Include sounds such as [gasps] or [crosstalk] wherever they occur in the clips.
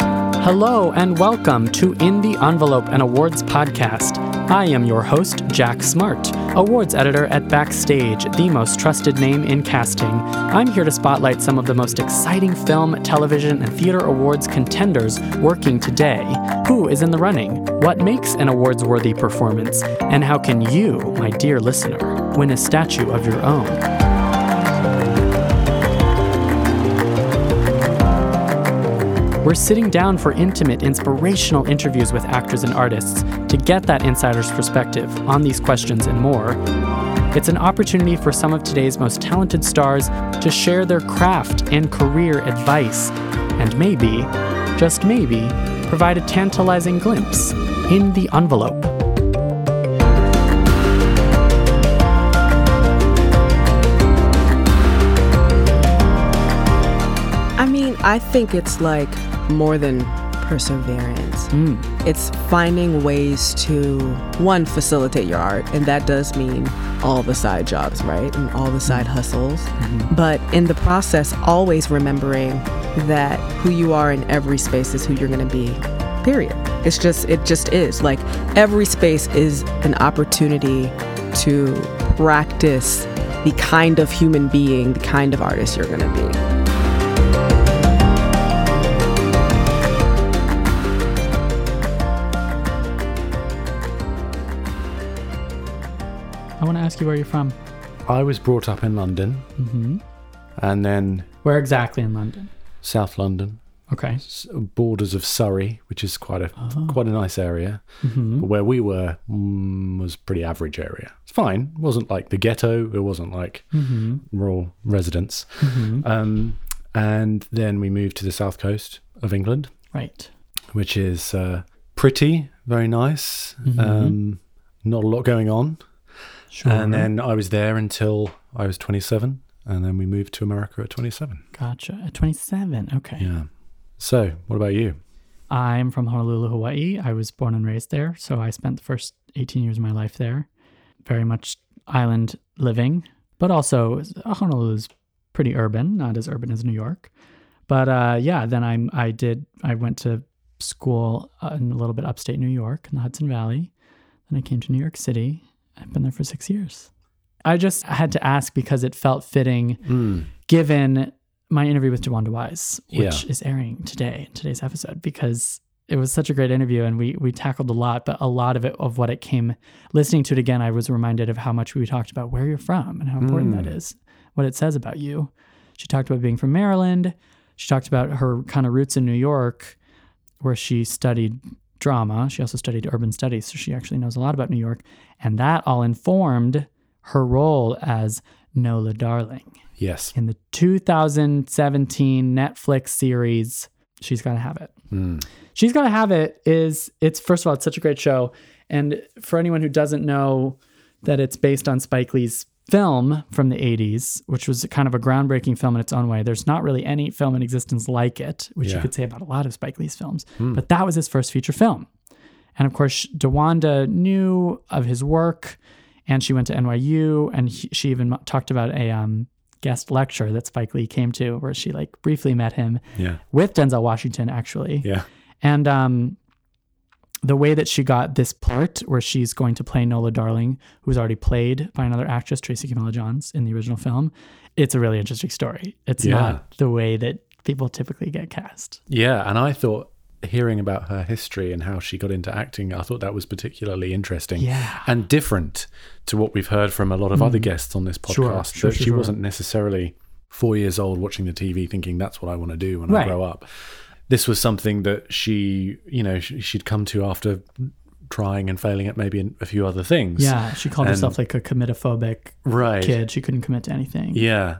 Hello and welcome to In the Envelope an Awards podcast. I am your host, Jack Smart, awards editor at Backstage, the most trusted name in casting. I'm here to spotlight some of the most exciting film, television, and theater awards contenders working today. Who is in the running? What makes an awards worthy performance? And how can you, my dear listener, win a statue of your own? We're sitting down for intimate, inspirational interviews with actors and artists to get that insider's perspective on these questions and more. It's an opportunity for some of today's most talented stars to share their craft and career advice, and maybe, just maybe, provide a tantalizing glimpse in the envelope. I mean, I think it's like more than perseverance. It's finding ways to one facilitate your art, and that does mean all the side jobs, right? And all the side hustles. But in the process, always remembering that who you are in every space is who you're going to be. Period. It's just it just is. Like every space is an opportunity to practice the kind of human being, the kind of artist you're going to be. I want to ask you where you're from. I was brought up in London and then Where exactly in London? South London, Okay. s- borders of Surrey, which is quite a quite a nice area. But where we were mm, was pretty average area. It's fine. It wasn't like the ghetto. It wasn't like Hmm. Mm-hmm. rural residence. Um, and then we moved to the south coast of England, Right. which is uh, pretty, very nice. Um, not a lot going on. Sure. And then I was there until I was 27, and then we moved to America at 27. gotcha. At 27. Okay. Yeah. So, what about you? I'm from Honolulu, Hawaii. I was born and raised there, so I spent the first 18 years of my life there. Very much island living, but also Honolulu's pretty urban, not as urban as New York. But uh, yeah, then I am I did I went to school uh, in a little bit upstate New York in the Hudson Valley. Then I came to New York City. I've been there for 6 years. I just had to ask because it felt fitting Mm. given my interview with Jawanda Wise, which is airing today in today's episode, because it was such a great interview and we we tackled a lot, but a lot of it of what it came listening to it again, I was reminded of how much we talked about where you're from and how important that is, what it says about you. She talked about being from Maryland. She talked about her kind of roots in New York, where she studied drama. She also studied urban studies, so she actually knows a lot about New York. And that all informed her role as Nola Darling Yes. in the 2017 Netflix series She's Gotta Have It. Hmm. She's Gotta Have It is it's first of all, it's such a great show. And for anyone who doesn't know that it's based on Spike Lee's film from the 80s, which was kind of a groundbreaking film in its own way. There's not really any film in existence like it, which you Yeah. Hmm. could say about a lot of Spike Lee's films. But that was his first feature film. And of course, DeWanda knew of his work and she went to NYU and he, she even mo- talked about a um, guest lecture that Spike Lee came to where she like briefly met him Yeah. with Denzel Washington actually. Yeah. And um, the way that she got this part, where she's going to play Nola Darling, who's already played by another actress, Tracy Camilla Johns, in the original film, it's a really interesting story. It's Yeah. not the way that people typically get cast. Yeah. And I thought hearing about her history and how she got into acting, I thought that was particularly interesting Yeah. Mm. and different to what we've heard from a lot of other guests on this podcast. Sure, sure, that sure, she sure. wasn't necessarily four years old watching the TV thinking that's what I want to do when Right. I grow up. This was something that she, you know, sh- she'd come to after trying and failing at maybe a few other things. Yeah, she called And- herself like a committophobic Right. kid. She couldn't commit to anything. Yeah.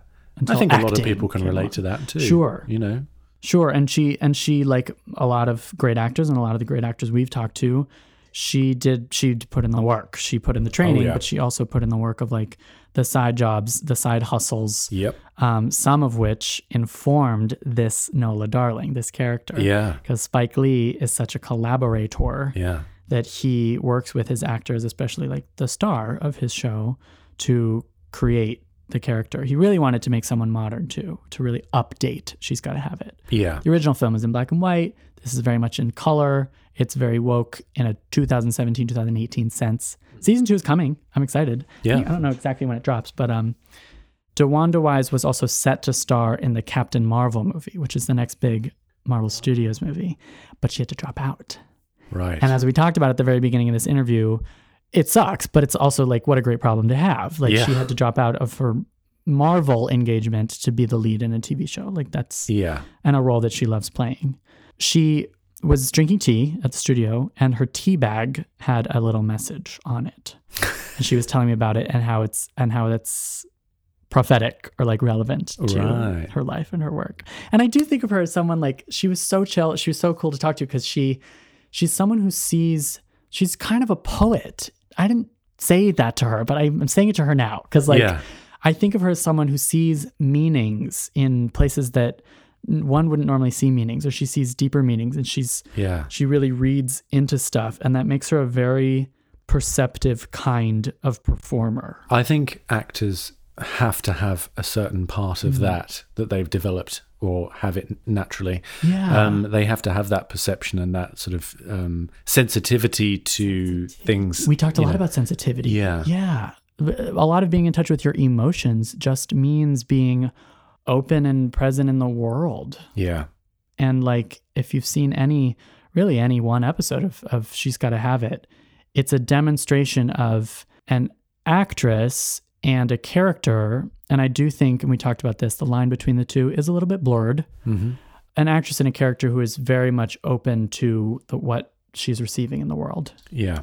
I think a lot of acting people can came relate along. to that too. Sure. You know? Sure, and she and she like a lot of great actors and a lot of the great actors we've talked to, she did she put in the work. She put in the training, Oh, yeah. but she also put in the work of like the side jobs, the side hustles, Yep. um, some of which informed this Nola Darling, this character. Yeah. Because Spike Lee is such a collaborator Yeah. that he works with his actors, especially like the star of his show, to create the character. He really wanted to make someone modern too, to really update. She's got to have it. Yeah. The original film is in black and white. This is very much in color. It's very woke in a 2017, 2018 sense. Season two is coming. I'm excited. Yeah. I don't know exactly when it drops, but um, DeWanda Wise was also set to star in the Captain Marvel movie, which is the next big Marvel Studios movie, but she had to drop out. Right. And as we talked about at the very beginning of this interview, it sucks, but it's also like what a great problem to have. Like Yeah. she had to drop out of her Marvel engagement to be the lead in a TV show. Like that's yeah. and a role that she loves playing. She was drinking tea at the studio, and her tea bag had a little message on it. and she was telling me about it and how it's and how that's prophetic or like relevant to Right. her life and her work. And I do think of her as someone like she was so chill, she was so cool to talk to because she she's someone who sees she's kind of a poet. I didn't say that to her, but I'm I'm saying it to her now because like Yeah. I think of her as someone who sees meanings in places that n- one wouldn't normally see meanings, or she sees deeper meanings, and she's Yeah. she really reads into stuff, and that makes her a very perceptive kind of performer. I think actors have to have a certain part Mm. of that that they've developed or have it naturally. Yeah. Um, they have to have that perception and that sort of um, sensitivity to things. We talked a you lot know. about sensitivity. Yeah. Yeah. uh, A lot of being in touch with your emotions just means being open and present in the world. Yeah. And like, if you've seen any, really any one episode of, of She's Gotta Have It, it's a demonstration of an actress and a character. And I do think, and we talked about this, the line between the two is a little bit blurred. Mm-hmm. An actress and a character who is very much open to the, what she's receiving in the world. Yeah.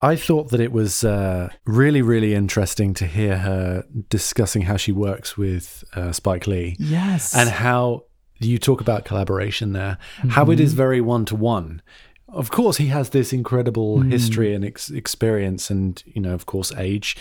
I thought that it was uh, really, really interesting to hear her discussing how she works with uh, Spike Lee Yes. and how you talk about collaboration there, how it Mm-hmm. is very one to one. Of course, he has this incredible Mm. history and ex- experience, and you know, of course, age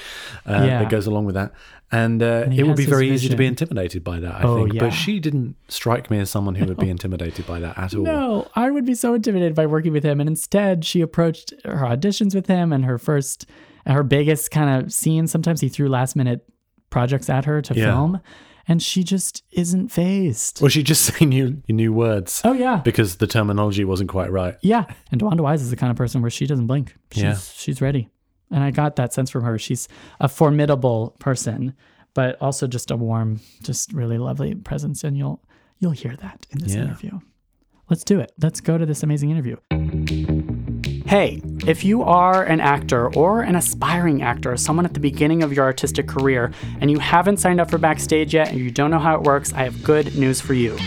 uh, Yeah. that goes along with that. And, uh, he it would has be his very easy to be vision. intimidated by that, I Oh, think. yeah. But she didn't strike me as someone who would be intimidated by that at all. No, I would be so intimidated by working with him. And instead, she approached her auditions with him and her first, her biggest kind of scene. Sometimes he threw last minute projects at her to Yeah. film, and she just isn't phased. Well, she just [laughs] saying new new words oh, yeah. because the terminology wasn't quite right. Yeah. And DeWanda Wise is the kind of person where she doesn't blink. She's, Yeah. she's ready. And I got that sense from her. She's a formidable person, but also just a warm, just really lovely presence. And you'll you'll hear that in this Yeah. interview. Let's do it. Let's go to this amazing interview. Hey, if you are an actor or an aspiring actor, someone at the beginning of your artistic career, and you haven't signed up for Backstage yet and you don't know how it works, I have good news for you.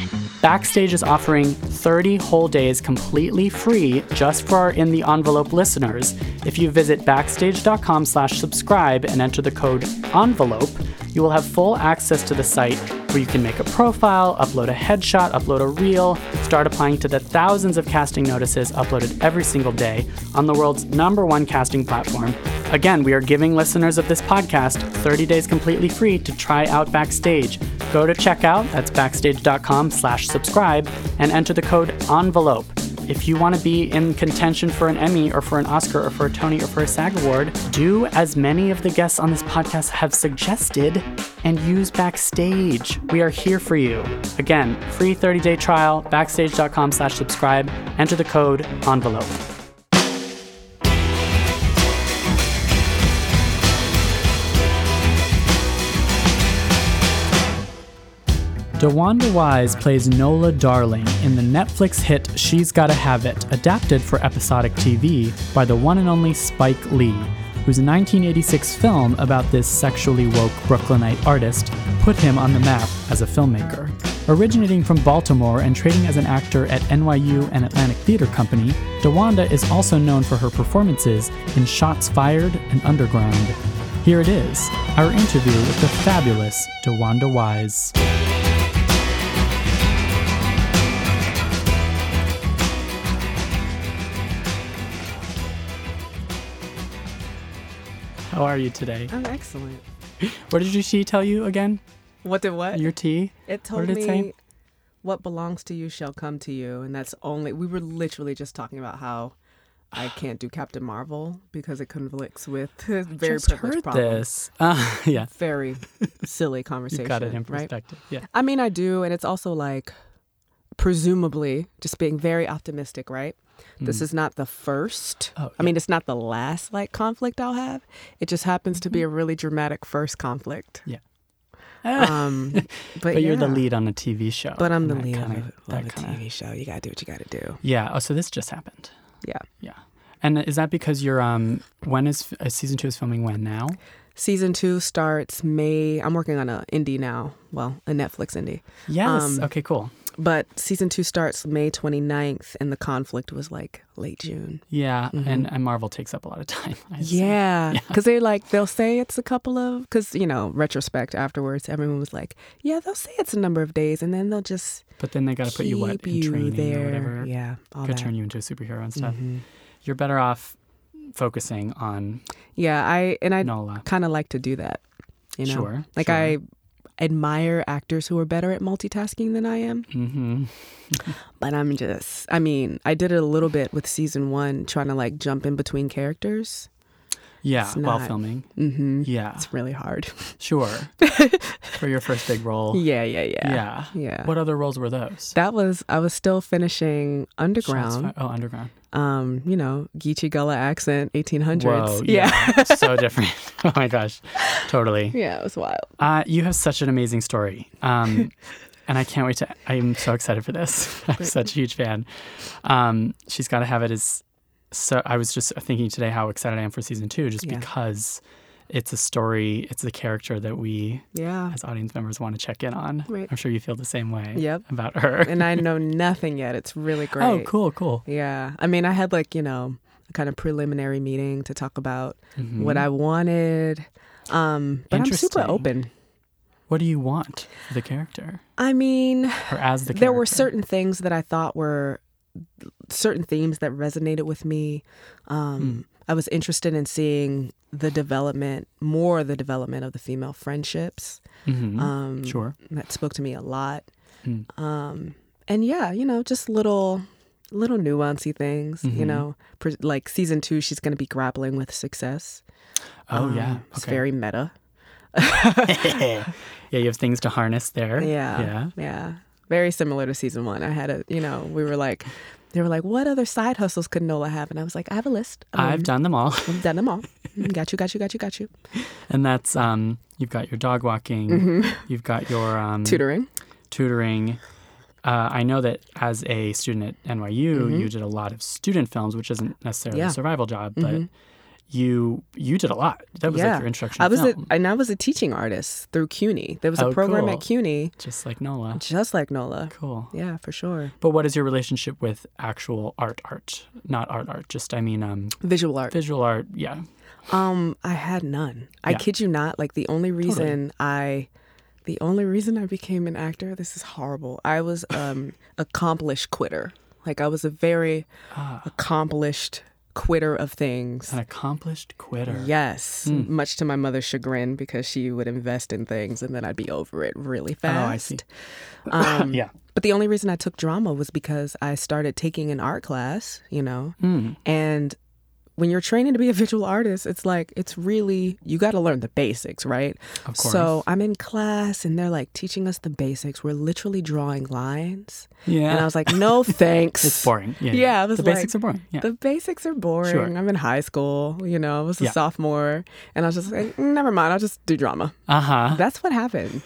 Backstage is offering 30 whole days completely free just for our In the Envelope listeners. If you visit backstage.com slash subscribe and enter the code ENVELOPE, you will have full access to the site where you can make a profile, upload a headshot, upload a reel, start applying to the thousands of casting notices uploaded every single day on the world's number one casting platform. Again, we are giving listeners of this podcast 30 days completely free to try out Backstage. Go to checkout, that's backstage.com slash subscribe, and enter the code ENVELOPE. If you want to be in contention for an Emmy or for an Oscar or for a Tony or for a SAG award, do as many of the guests on this podcast have suggested and use Backstage. We are here for you. Again, free 30-day trial, backstage.com slash subscribe. Enter the code envelope. DeWanda Wise plays Nola Darling in the Netflix hit She's Gotta Have It, adapted for episodic TV by the one and only Spike Lee, whose 1986 film about this sexually woke Brooklynite artist put him on the map as a filmmaker. Originating from Baltimore and trading as an actor at NYU and Atlantic Theater Company, DeWanda is also known for her performances in Shots Fired and Underground. Here it is, our interview with the fabulous DeWanda Wise. How are you today? I'm excellent. What did your tea tell you again? What did what? Your tea? It What told did it me say? what belongs to you shall come to you, and that's only. We were literally just talking about how [sighs] I can't do Captain Marvel because it conflicts with [laughs] I very just privileged heard problem. this. Uh, yeah, [laughs] Very silly conversation. you got it in right? perspective. Yeah. I mean, I do, and it's also like presumably just being very optimistic, right? Mm. This is not the first. Hmm. Oh, I mean, it's not the last like conflict I'll have. It just happens to be Mm-hmm. a really dramatic first conflict. [laughs] Yeah. Um, but Ah, But you're the yeah. lead on a TV show. But I'm and the that lead kinda- of, a, that of a kinda- TV show. You gotta do what you gotta do. Yeah. Oh, so this just happened. Yeah. Yeah. And is that because you're um when is uh, season two is filming when now? Season two starts May. I'm working on an indie now. Well, a Netflix indie. Yes. Um, okay. Cool. But season two starts May 29th, and the conflict was like late June. Yeah. And, and Marvel takes up a lot of [laughs] time. I assume. mm-hmm. Yeah, because they're like they'll say it's a couple of because you know retrospect afterwards, everyone was like, yeah, they'll say it's a number of days, and then they'll just But then they got to put you what keep in training there. or whatever. Yeah, all Could that. Mm-hmm. turn you into a superhero and stuff. You're better off focusing on Yeah, I and I Nola. kind of like to do that. You know, Sure, like sure. I admire actors who are better at multitasking than I am. Mm-hmm. But I'm just, I mean, I did it a little bit with season one, trying to like jump in between characters. Yeah. It's While not- filming. hmm [laughs] Yeah. It's really hard. Sure. For your first big role. [laughs] yeah, yeah, yeah. Oh. Yeah. Yeah. What other roles were those? That was, I was still finishing Shots Underground. fi- Oh, underground. Um, you know, Geechee Gullah accent, 1800s. [laughs] Whoa, yeah. yeah. so different. [laughs] Oh my gosh. Totally. Yeah, it was wild. Uh, you have such an amazing story. [laughs] Um, and I can't wait to, I'm so excited for this. [laughs] I'm such a huge fan. Um, she's got to have it as, so I was just thinking today how excited I am for season two, just Yeah. because it's a story, it's the character that we Yeah. [laughs] as audience members want to check in on. Right. I'm sure you feel the same way Yep. about her. And I know nothing yet. It's really [laughs] great. oh, cool, cool. Yeah. I mean, I had like, you know, a kind of preliminary meeting to talk about Mm-hmm. what I wanted. Um, but I'm super Interesting. open. What do you want for the character I mean, or as the character? there were certain things that I thought were certain themes that resonated with me. Hmm. Um, I was interested in seeing the development, more the development of the female friendships. Mhm. Um, sure. That spoke to me a lot. Hmm. Um, and yeah, you know, just little, little nuancy things. You Mhm. know, Pre- like season two, she's going to be grappling with success. Oh, Um, yeah. it's very meta. [laughs] yeah, you have things to harness there. Yeah. Um, Yeah. Yeah. Very similar to season one. I had a, you know, we were like, they were like, what other side hustles could Nola have? And I was like, I have a list. Um, I've done Mm-hmm. them all. [laughs] I've done them all. Mm, Got you, got you, got you, got you. And that's um you've got your dog walking, Mm-hmm. you've got your um Tutoring. tutoring. Uh, I know that as a student at NYU, you did a lot of student films, which isn't necessarily Mm-hmm. Yeah. Mm-hmm. a survival job, but you you did a lot. That was yeah. like your introduction. I was a, film, and I was a teaching artist through CUNY. There was a Oh, program cool. at CUNY just like Nola. just like Nola. Cool. Yeah, for sure. But what is your relationship with actual art? Art, not art. Art. Just I mean, um, Visual art. visual art. Yeah. Um, I had none. I Yeah. kid you not. Like the only reason I, the only reason I became an actor. This is horrible. I was um [laughs] accomplished quitter. Like I was a very Ah. accomplished quitter of things. An accomplished quitter. Yes, Hmm. much to my mother's chagrin because she would invest in things and then I'd be over it really Oh, fast. I see. [coughs] yeah. But the only reason I took drama was because I started taking an art class, you know. And when you're training to be a visual artist, it's like it's really you got to learn the basics, right? Of So, I'm in class and they're like teaching us the basics. We're literally drawing lines. Yeah. And I was like, "No, thanks." [laughs] It's boring. Yeah, Yeah, I was the like, basics are boring. Yeah, The basics are boring. Sure. I'm in high school, you know, I was a Yeah. sophomore. And I was just like, "Mm, never mind, I'll just do drama. [laughs] uh huh. That's what happened.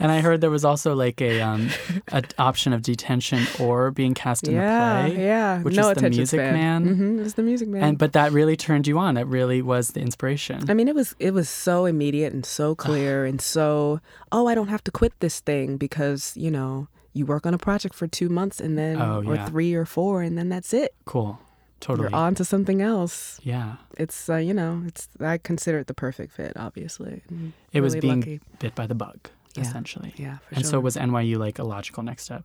And I heard there was also like a um, a d- option of detention or being cast in yeah, the play. yeah. which was no the attention Music span. Man. hmm it was the music man. And but that really turned you on. It really was the inspiration. I mean, it was it was so immediate [sighs] and so clear and so oh, I don't have to quit this thing because you know you work on a project for two months and then Oh, or yeah. three or four and then that's it. cool. Totally. You're on to something else. Yeah. It's uh, you know, it's I consider it the perfect fit. Obviously, Mm, It was really being lucky. bit by the bug, Yeah. essentially. yeah. For and sure. so was NYU like a logical next step?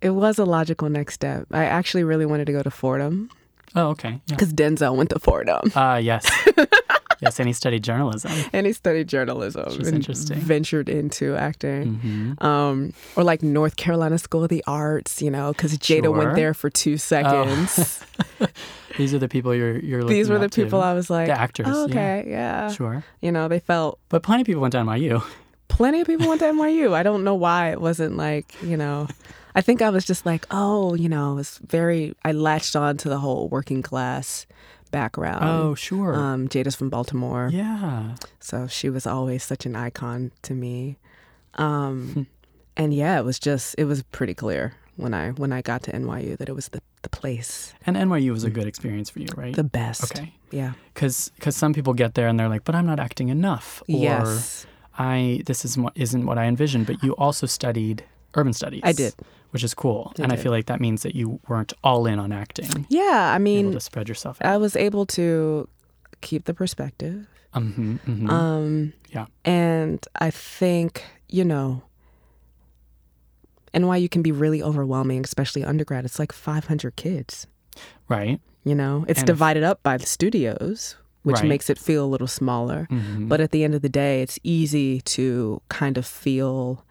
it was a logical next step. I actually really wanted to go to Fordham [laughs] Oh, okay. Yeah. because Denzel went to Fordham. Uh yes. yes, and he studied journalism. [laughs] and he studied journalism. Which is and interesting. Ventured into acting. Mhm. Um, or like North Carolina School of the Arts, you know, because Jada Sure. Oh, went there for two [laughs] seconds. [laughs] These are the people you're you're. These looking were the up to. people I was like, The actors, "Oh, yeah. okay, yeah. Sure, You know, they felt but plenty of people went to Um, NYU. plenty of people went to NYU. I don't know why it wasn't like, you know, I think I was just like, oh, you know, it was very, I latched on to the whole working class background. oh, sure. Um, Jada's from Baltimore. yeah. So she was always such an icon to me. Hmm. Um, and yeah, it was just, it was pretty clear when I, when I got to NYU that it was the, the place, And NYU was a good experience for you, right? mm. the best. okay. Yeah. Because some people get there and they're like, but I'm not acting enough. Or yes. I this is what isn't what I envisioned. But you also studied urban studies. I did. which is cool. and I did. feel like that means that you weren't all in on acting. Yeah. I Able mean, uh, to spread yourself out. I was able to keep the perspective. Mhm, mhm. Um, Yeah. And I think, you know, NYU can be really overwhelming, especially undergrad. It's like 500 kids, right. you know? It's And if- divided up by the studios, which Right. makes it feel a little smaller. Mhm. But at the end of the day, it's easy to kind of feel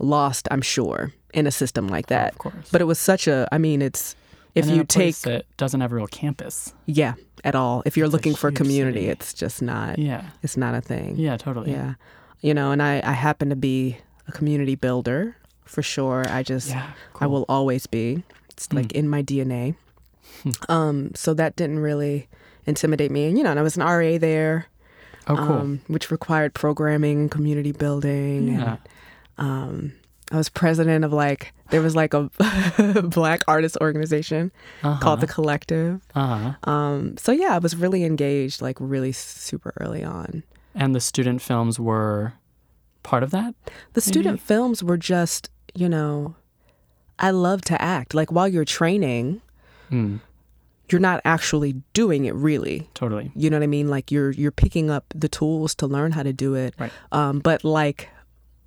lost, I'm sure, in a system like that. of course. But it was such a, I mean, it's, if And in you a take, place that doesn't have a real campus. yeah, at all, if you're It's a looking for huge community, city. it's just not, Yeah. it's not a thing. Yeah. Totally. Uh, Yeah. You know, and I, I happen to be a community builder for sure. I just, Yeah. I will always be. Hmm. It's like in my [laughs] DNA. um, so that didn't really intimidate me. And, you know, and I was an RA there, Oh, cool. um, which required programming and community building. yeah. And, um, I was president of like, there was like a [laughs] black artist organization called The Collective. Uh-huh. Um, so yeah, I was really engaged, like really super early on. And the student films were part of that. The student films were just, you know, I love to act. Like while you're training, Mm, you're not actually doing it really. totally. You know what I mean? Like you're you're picking up the tools to learn how to do it. Right. Um, but like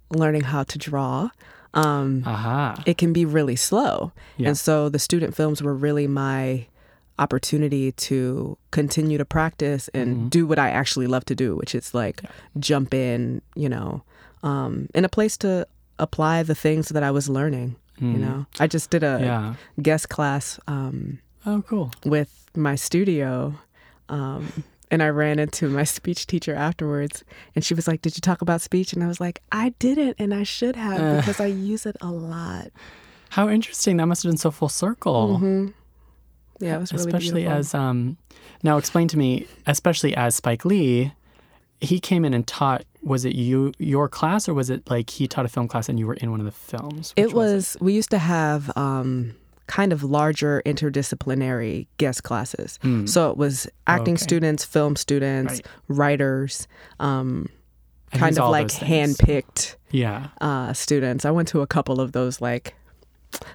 learning how to draw, um, Aha. it can be really slow. Yeah. And so the student films were really my opportunity to continue to practice and Mm-hmm. do what I actually love to do, which is like jump in, you know, um, in a place to apply the things that I was learning. You know, I just did a Mm-hmm. Yeah. guest class um, Oh, cool. with my studio. Um, and I ran into my [laughs] speech teacher afterwards, and she was like, Did you talk about speech? And I was like, I didn't, and I should have because I use it a lot. How interesting. That must have been so full circle. Yeah, Mm-hmm. it was really especially beautiful. as um now explain to me, especially as Spike Lee, he came in and taught was it you your class or was it like he taught a film class and you were in one of the films? Which it was, we used to have um, kind of larger interdisciplinary guest classes. So it was Hmm. acting Okay. students, film students, Right. writers, um, And kind he's of all like those things. handpicked Yeah. uh, students. I went to a couple of those like.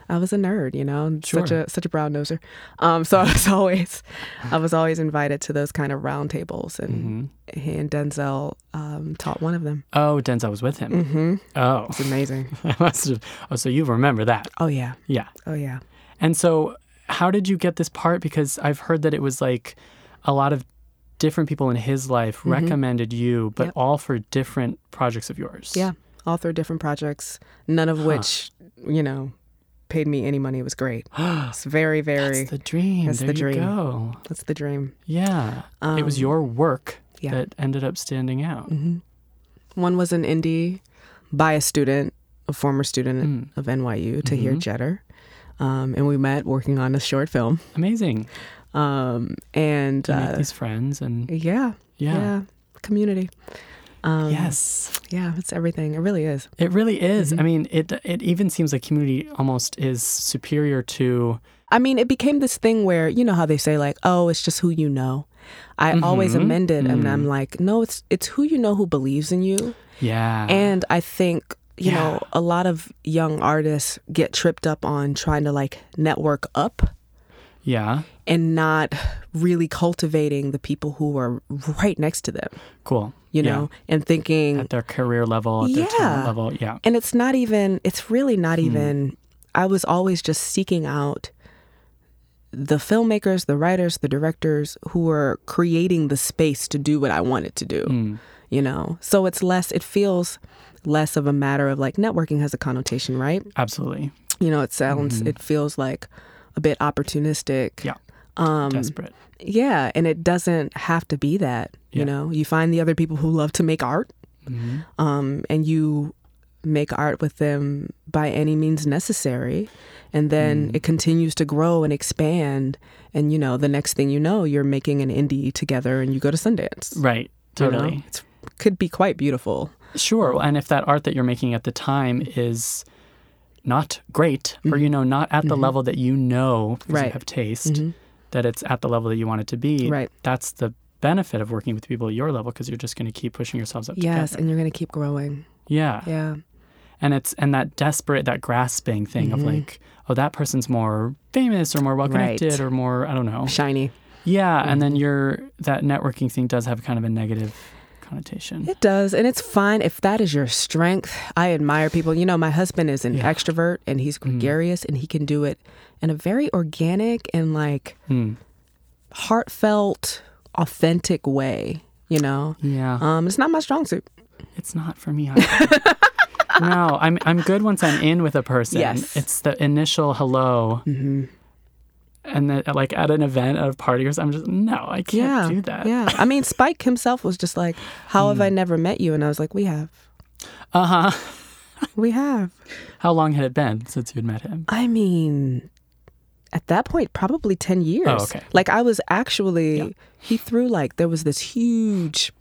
I was a nerd, you know, and such Sure. a such a brown noser. Um, so [laughs] I was always, I was always invited to those kind of roundtables, and he and Denzel um, taught one of them. Mm-hmm. Oh, Denzel was with him. Mm. Mm-hmm. Oh. [laughs] It's amazing. I must have- oh, so you remember that. oh yeah, Yeah. oh yeah. And so, how did you get this part? Because I've heard that it was like a lot of different people in his life recommended you, but Mm-hmm. Yep. all for different projects of yours. Yeah, all through different projects, none of which, you know, paid me any money. It was [gasps] great. it's very, very. That's the dream. That's the there you dream. go. that's the dream. Um, Yeah. it was your work yeah. Mm-hmm. that ended up standing out. One was an indie by a student, a former Hmm. student of NYU, to Mm-hmm. hear Jetter. Um, and we met working on a short film. Amazing. Um, and To uh, make these friends and yeah, yeah. community. Um, Yes. Yeah, it's everything. It really is. It really is. Mm-hmm. I mean, it it even seems like community almost is superior to I mean, it became this thing where, you know how they say, like, oh, it's just who you know. I Mm-hmm. always amend it, and Mm. I'm like, no, it's it's who you know who believes in you. yeah. And I think, you Ah. Yeah. know, a lot of young artists get tripped up on trying to like network up yeah. and not really cultivating the people who are right next to them, Cool. you Yeah. know, and thinking, at their career level, at their Yeah. talent level. Yeah. and it's Hmm. not even, it's really not even, I was always just seeking out the filmmakers, the writers, the directors who were creating the space to do what I wanted to do, Hmm. you know? So it's less, it feels less of a matter of like networking has a connotation, right? Absolutely. You know, it sounds, it feels like a bit opportunistic. Mm-hmm. Yeah. Um, Desperate. yeah. And it doesn't have to be that, Yeah. you know? You find the other people who love to make art Mhm. um, and you make art with them by any means necessary and then Mm-hmm. it continues to grow and expand and you know the next thing you know you're making an indie together and you go to sundance Right. you know? Totally. it's, could be quite beautiful Sure. And if that art that you're making at the time is not great, or you know, not at the level that you know because you Mm-hmm. Right. Mm-hmm. have taste, that it's at the level that you want it to be, Right. that's the benefit of working with people at your level because you're just going to keep pushing yourselves up yes together. and you're gonna keep growing Yeah. yeah And it's and that desperate, that grasping thing of like, oh, that person's more famous or more well Mm-hmm. Right. Mm-hmm. connected or more I don't [laughs] know. shiny Yeah. And then you're that networking thing does have kind of a negative connotation. It does, and it's fine if that is your strength. I admire people. You know, my husband is an extrovert and Mm. he's gregarious and he can do it in a very organic and like Mm. heartfelt, authentic way, you know. Yeah. Um, it's not my strong suit. It's not for me. I- [laughs] no, I'm I'm good once I'm in with a person. Yes. Mm-hmm. It's the initial hello. And then, like at an event, at a party or something, I'm just no, I can't yeah. do that. Hmm. Yeah. I mean, Spike himself was just like, How have I never met you? And I was like, We have. Uh huh. We have. How long had it been since you'd met him? I mean, at that point, probably 10 years. Oh, okay. Like, I was actually, he threw like, there was this huge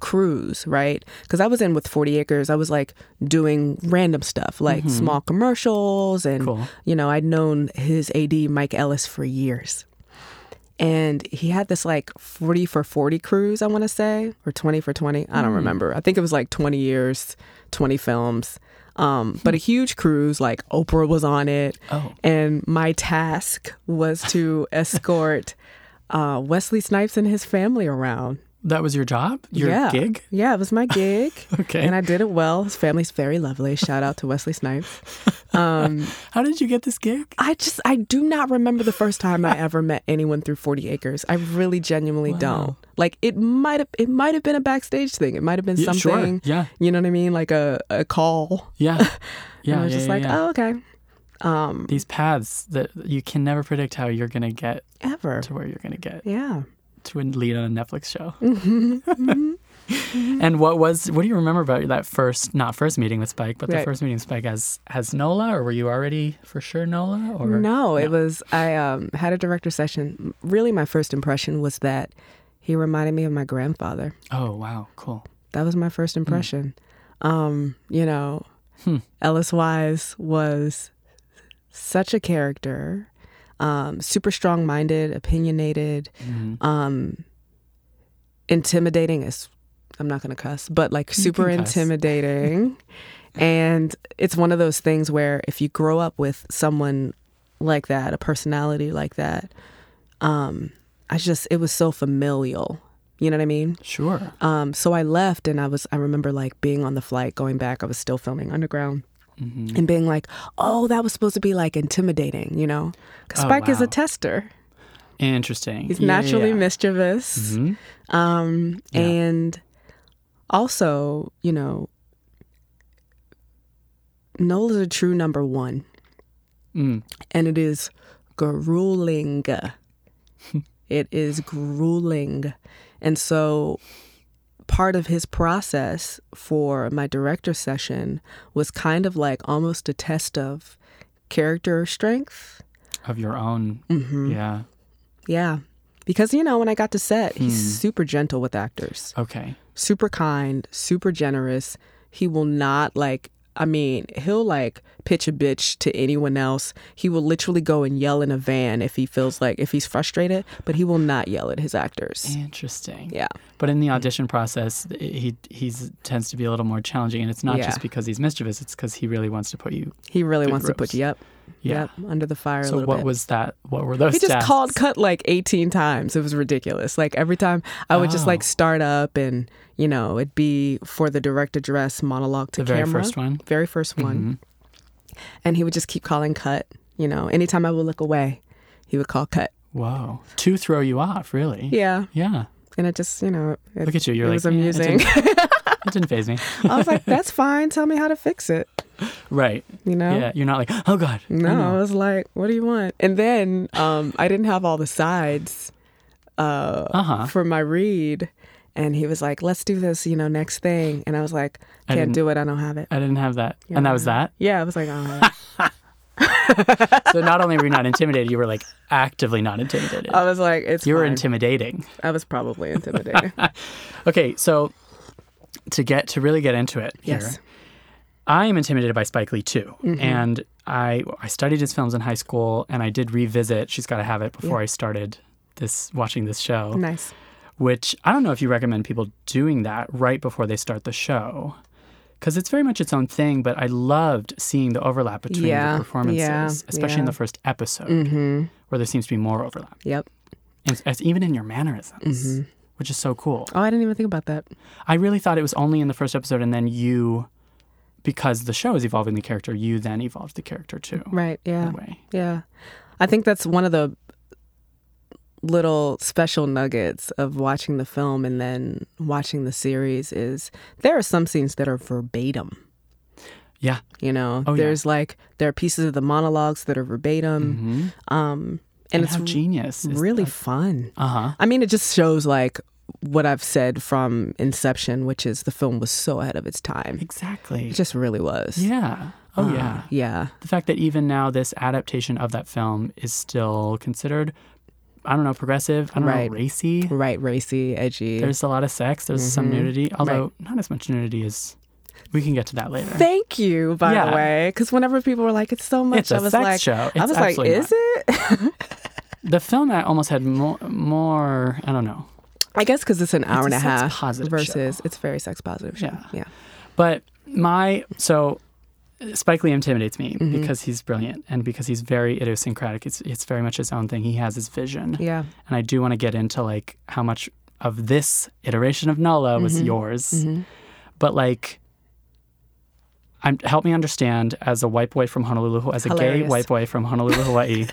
cruise, right? Because I was in with 40 Acres. I was like doing random stuff, like small commercials. And, Mm-hmm. Cool. you know, I'd known his AD, Mike Ellis, for years. And he had this like 40 for 40 cruise, I want to say, or 20 for 20. I Hmm. don't remember. I think it was like 20 years, 20 films. Um, but a huge cruise, like Oprah was on it. Hmm. Oh. And my task was to [laughs] escort uh, Wesley Snipes and his family around. That was your job, your yeah. gig. Yeah, it was my gig. [laughs] Okay. And I did it well. His family's very lovely. Shout out to Wesley Snipes. Um, How did you get this gig? I just I do not remember the first time I ever met anyone through 40 Acres. I really genuinely don't. Like it might have it might have been a backstage thing. It might have been Yeah, sure. something. Yeah. You know what I mean? Like a, a call. Yeah. Yeah. [laughs] and I was yeah, just yeah, like, yeah. "Oh, okay." Um These paths that you can never predict how you're gonna get ever. to where you're gonna get Yeah. to a lead on a Netflix [laughs] show. Mm-hmm. and what was what do you remember about that first not first meeting with Spike, but the Right. first meeting with Spike as as Nola, or were you already for sure Nola? Or No, it was I um had a director session. Really my first impression was that he reminded me of my grandfather. oh wow, cool. That was my Hmm. first impression. Um, you know, Ellis Wise was such a character, um, super strong minded, opinionated, Mm-hmm. um, intimidating as I'm not going to cuss, but like super can cuss. [laughs] intimidating. and it's one of those things where if you grow up with someone like that, a personality like that, um, I just, it was so familial. You know what I mean? Sure. Um, so I left and I was, I remember like being on the flight going back, I was still filming Underground Mm-hmm. and being like, oh, that was supposed to be like intimidating, you know? Because Oh, Spike is wow. a tester. Interesting. He's Yeah, yeah, naturally yeah. mischievous. Mhm. Um, Yeah. And also, you know, Nola's a true number one Mm. and it is grueling. it is grueling. And so part of his process for my director session was kind of like almost a test of character strength. Of your own. Mm-hmm. Yeah. Yeah. Because, you know, when I got to set, he's super gentle with actors Okay. super kind, super generous. He will not like I mean, he'll like pitch a bitch to anyone else. He will literally go and yell in a van if he feels like if he's frustrated, but he will not yell at his actors. Interesting. Yeah. But in the audition process, he he's tends to be a little more challenging, and it's not Yeah. just because he's mischievous; it's because he really wants to put you. He really Through wants the to put ropes. you up. Yeah. Yep, under the fire a So little what bit. was that? What were those? he just tasks? called cut like 18 times. It was ridiculous. Like every time I would just like Oh. start up and, you know, it'd be for the direct address monologue to the very camera. first one. very Mm-hmm. first one. And he would just keep calling cut, you know, anytime I would look away. he would call cut. Whoa. To throw you off, really? Yeah. Yeah. And it just, you know, it, Look at you. You're it like, was "Yeah, it amusing. [laughs] It didn't phase me. I was like, that's fine. Tell me how to fix it. Right. You know? Yeah. You're not like, oh God. I No, know." I was like, what do you want? And then um, I didn't have all the sides uh, Uh-huh. for my read. And he was like, let's do this, you know, next thing. And I was like, I can't didn't- do it. I don't have it. I didn't have that. And that was that. Yeah, I was like, [laughs] oh. So not only were you not intimidated, you were like actively not intimidated. I was like, it's you were Oh, fine. intimidating. I was probably [laughs] intimidated. Okay, so to get to really get into it here, Yes. Mm-hmm. I am intimidated by Spike Lee too, and I I studied his films in high school, and I did revisit. She's got to have it before I started this watching this show, nice. which I don't know if you recommend people doing that right before they start the show. Because it's very much its own thing, but I loved seeing the overlap between Yeah, yeah, the performances, especially in yeah. Mm-hmm. the first episode, where there seems to be more overlap, Yep. and it's- it's even in your mannerisms, Mm-hmm. which is so cool. Oh, I didn't even think about that. I really thought it was only in the first episode, and then you, because the show is evolving the character, you then evolved the character too. Right. in Yeah. a way. Yeah. I think that's one of the little special nuggets of watching the film and then watching the series is there are some scenes that are verbatim. Yeah. You know, Oh, yeah. there's like there are pieces of the monologues that are verbatim, Mm-hmm. um, And, and, how it's genius. really fun. Uh huh. I mean, it just shows like what I've said from Inception, which is the film was so ahead of its time. Exactly. It just really was. Yeah. Oh Uh, yeah. yeah. The fact that even now this adaptation of that film is still considered, I don't know, progressive. I don't Right. know, racy. Right, Mm-hmm. racy, edgy. There's a lot of sex. There's some nudity, although not as much nudity as we can get to that later. Thank you, by Yeah. the way. Because whenever people were like, "It's so much," It's a I was sex like, show. "I It's was like, absolutely is it?" [laughs] the film I almost had more, more. I don't know. I guess because it's an hour a and a sex half positive versus it's very sex positive. Show. Yeah. yeah, But my so Spike Lee intimidates me Mm-hmm. because he's brilliant and because he's very idiosyncratic. It's it's very much his own thing. He has his vision. yeah. And I do want to get into like how much of this iteration of Nola was yours. But like I'm, help me understand as a white boy from Honolulu, as a gay Hilarious. white boy from Honolulu, Hawaii,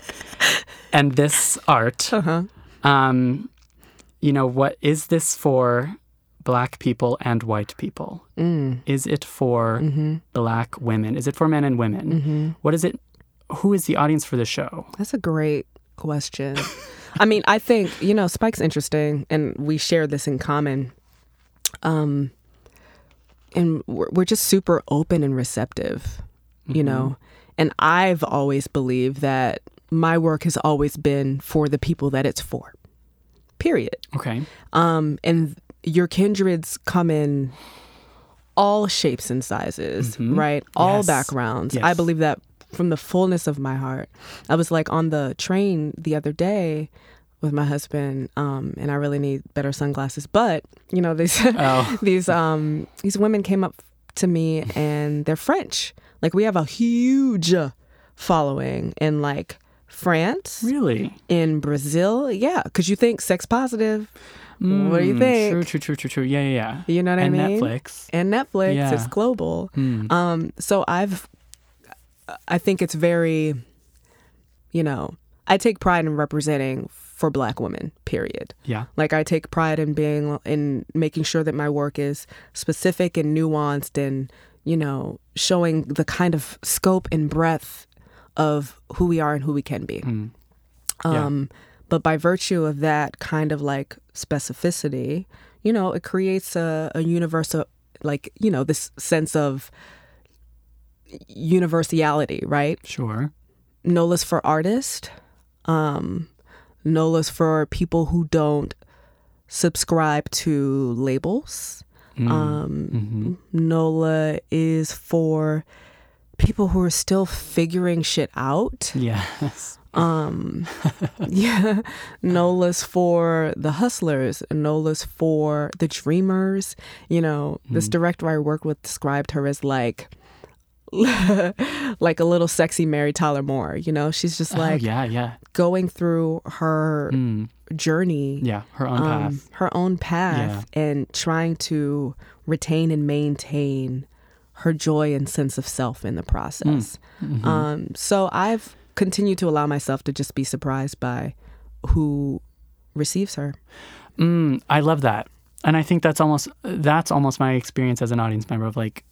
and this art. Uh-huh. Um, you know, what is this for black people and white people? Mm. Is it for black women? Is it for men and women? What is it? Who is the audience for the show? That's a great question. I mean, I think you know Spike's interesting, and we share this in common. Um, and we're, we're just super open and receptive, you know. And I've always believed that my work has always been for the people that it's for. Period. Okay. Um, and your kindreds come in all shapes and sizes, right? All Mm-hmm. Yes. backgrounds. Yes. I believe that from the fullness of my heart. I was like on the train the other day with my husband, um, and I really need better sunglasses. But you know, [laughs] these Oh. these um, these women came up to me, and they're French. Like we have a huge following in like France Really? in Brazil. Yeah, because you think sex positive. what do you Mm, think? True, true, true, true, true. Yeah, yeah, yeah. You know what and I mean? Netflix. Hmm, And Netflix. Yeah. It's global. Um, so I've, I think it's very, you know, I take pride in representing for Black women. Period. Yeah. Like I take pride in being in making sure that my work is specific and nuanced and you know showing the kind of scope and breadth of who we are and who we can be. Yeah. Um, But by virtue of that kind of like specificity, you know, it creates a, a universal, like, you know, this sense of universality, right? Sure. NOLA's for artists, um, NOLA's for people who don't subscribe to labels. Um, NOLA is for people who are still figuring shit out. Yes. Um, yeah, Nola's for the hustlers, Nola's for the dreamers. You know, this Mm-hmm. director I worked with described her as like, [laughs] like a little sexy Mary Tyler Moore. You know, she's just like oh, yeah, yeah. going through her Mm, journey, yeah. Her own um, path. her own path, and trying to retain and Mm. Mm-hmm. uh, maintain her joy and sense of self in the process. Um, so I've continue to allow myself to just be surprised by who receives her. Mm, I love that. And I think that's almost that's almost my experience as an audience member of like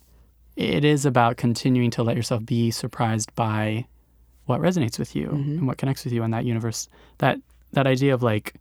it is about continuing to let yourself be surprised by what resonates with you Mm-hmm. and what connects with you in that universe. That that idea of like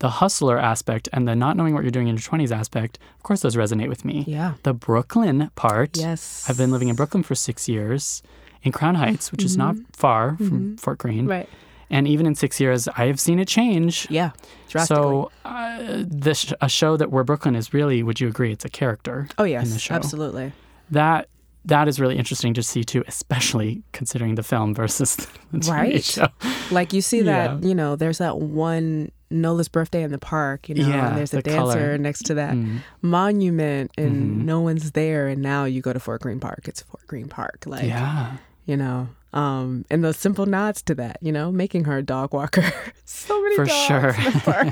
the hustler aspect and the not knowing what you're doing in your 20s aspect, of course those resonate with me. Yeah. The Brooklyn part. Yes. I've been living in Brooklyn for 6 years in Crown Heights, which is not Mm-hmm. far from Fort Greene. And even in 6 years I have seen it change. Yeah. Drastically. So, uh, the sh- a show that where Brooklyn is really, would you agree, it's a character. oh in the yes, show. absolutely. That that is really interesting to see too, especially considering the film versus [laughs] the TV Right. show. Like you see that, Yeah. you know, there's that one Nola's birthday in the park, you know, Yeah, and there's a the dancer color. Mm-hmm. next to that Mm. monument and no one's there and now you go to Fort Greene Park, it's Fort Greene Park. Like Yeah. you know. Um, and those simple nods to that, you know, making her a dog walker. [laughs] so many For dogs sure. in the [laughs] park.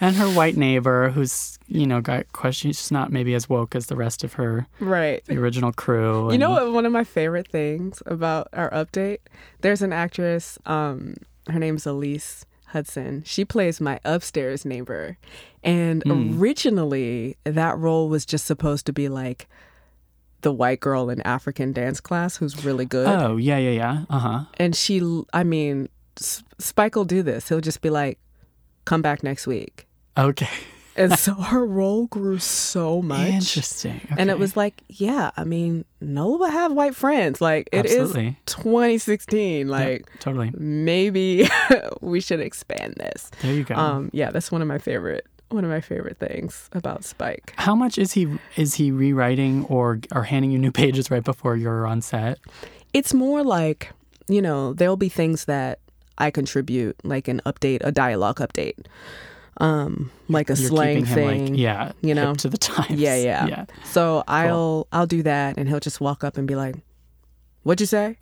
And her white neighbor, who's you know got questions, she's not maybe as woke as the rest of her right. the original crew. You know and- what? One of my favorite things about our update, there's an actress. Um, her name's Elise Hudson. She plays my upstairs neighbor, and Hmm. originally that role was just supposed to be like the white girl in African dance class who's really good. Oh yeah, yeah, yeah. Uh huh. And she, l- I mean, S- Spike will do this. He'll just be like, "Come back next week." Okay. And [laughs] so her role grew so much. Interesting. And it Okay. was like, yeah, I mean, Nola will have white friends. Like, it is Absolutely. 2016. Like, totally. maybe [laughs] we should expand this. There you go. Um, yeah, that's one of my favorite one of my favorite things about Spike. How much is he is he rewriting or or handing you new [laughs] pages right before you're on set? It's more like, you know, there'll be things that I contribute, like an update, a dialogue update, um, like a You're slang keeping him thing. like yeah, you hip know? to the [laughs] times. Yeah, yeah. yeah. So I'll I'll do that, and he'll just walk up and be like, "What'd you [laughs] say?"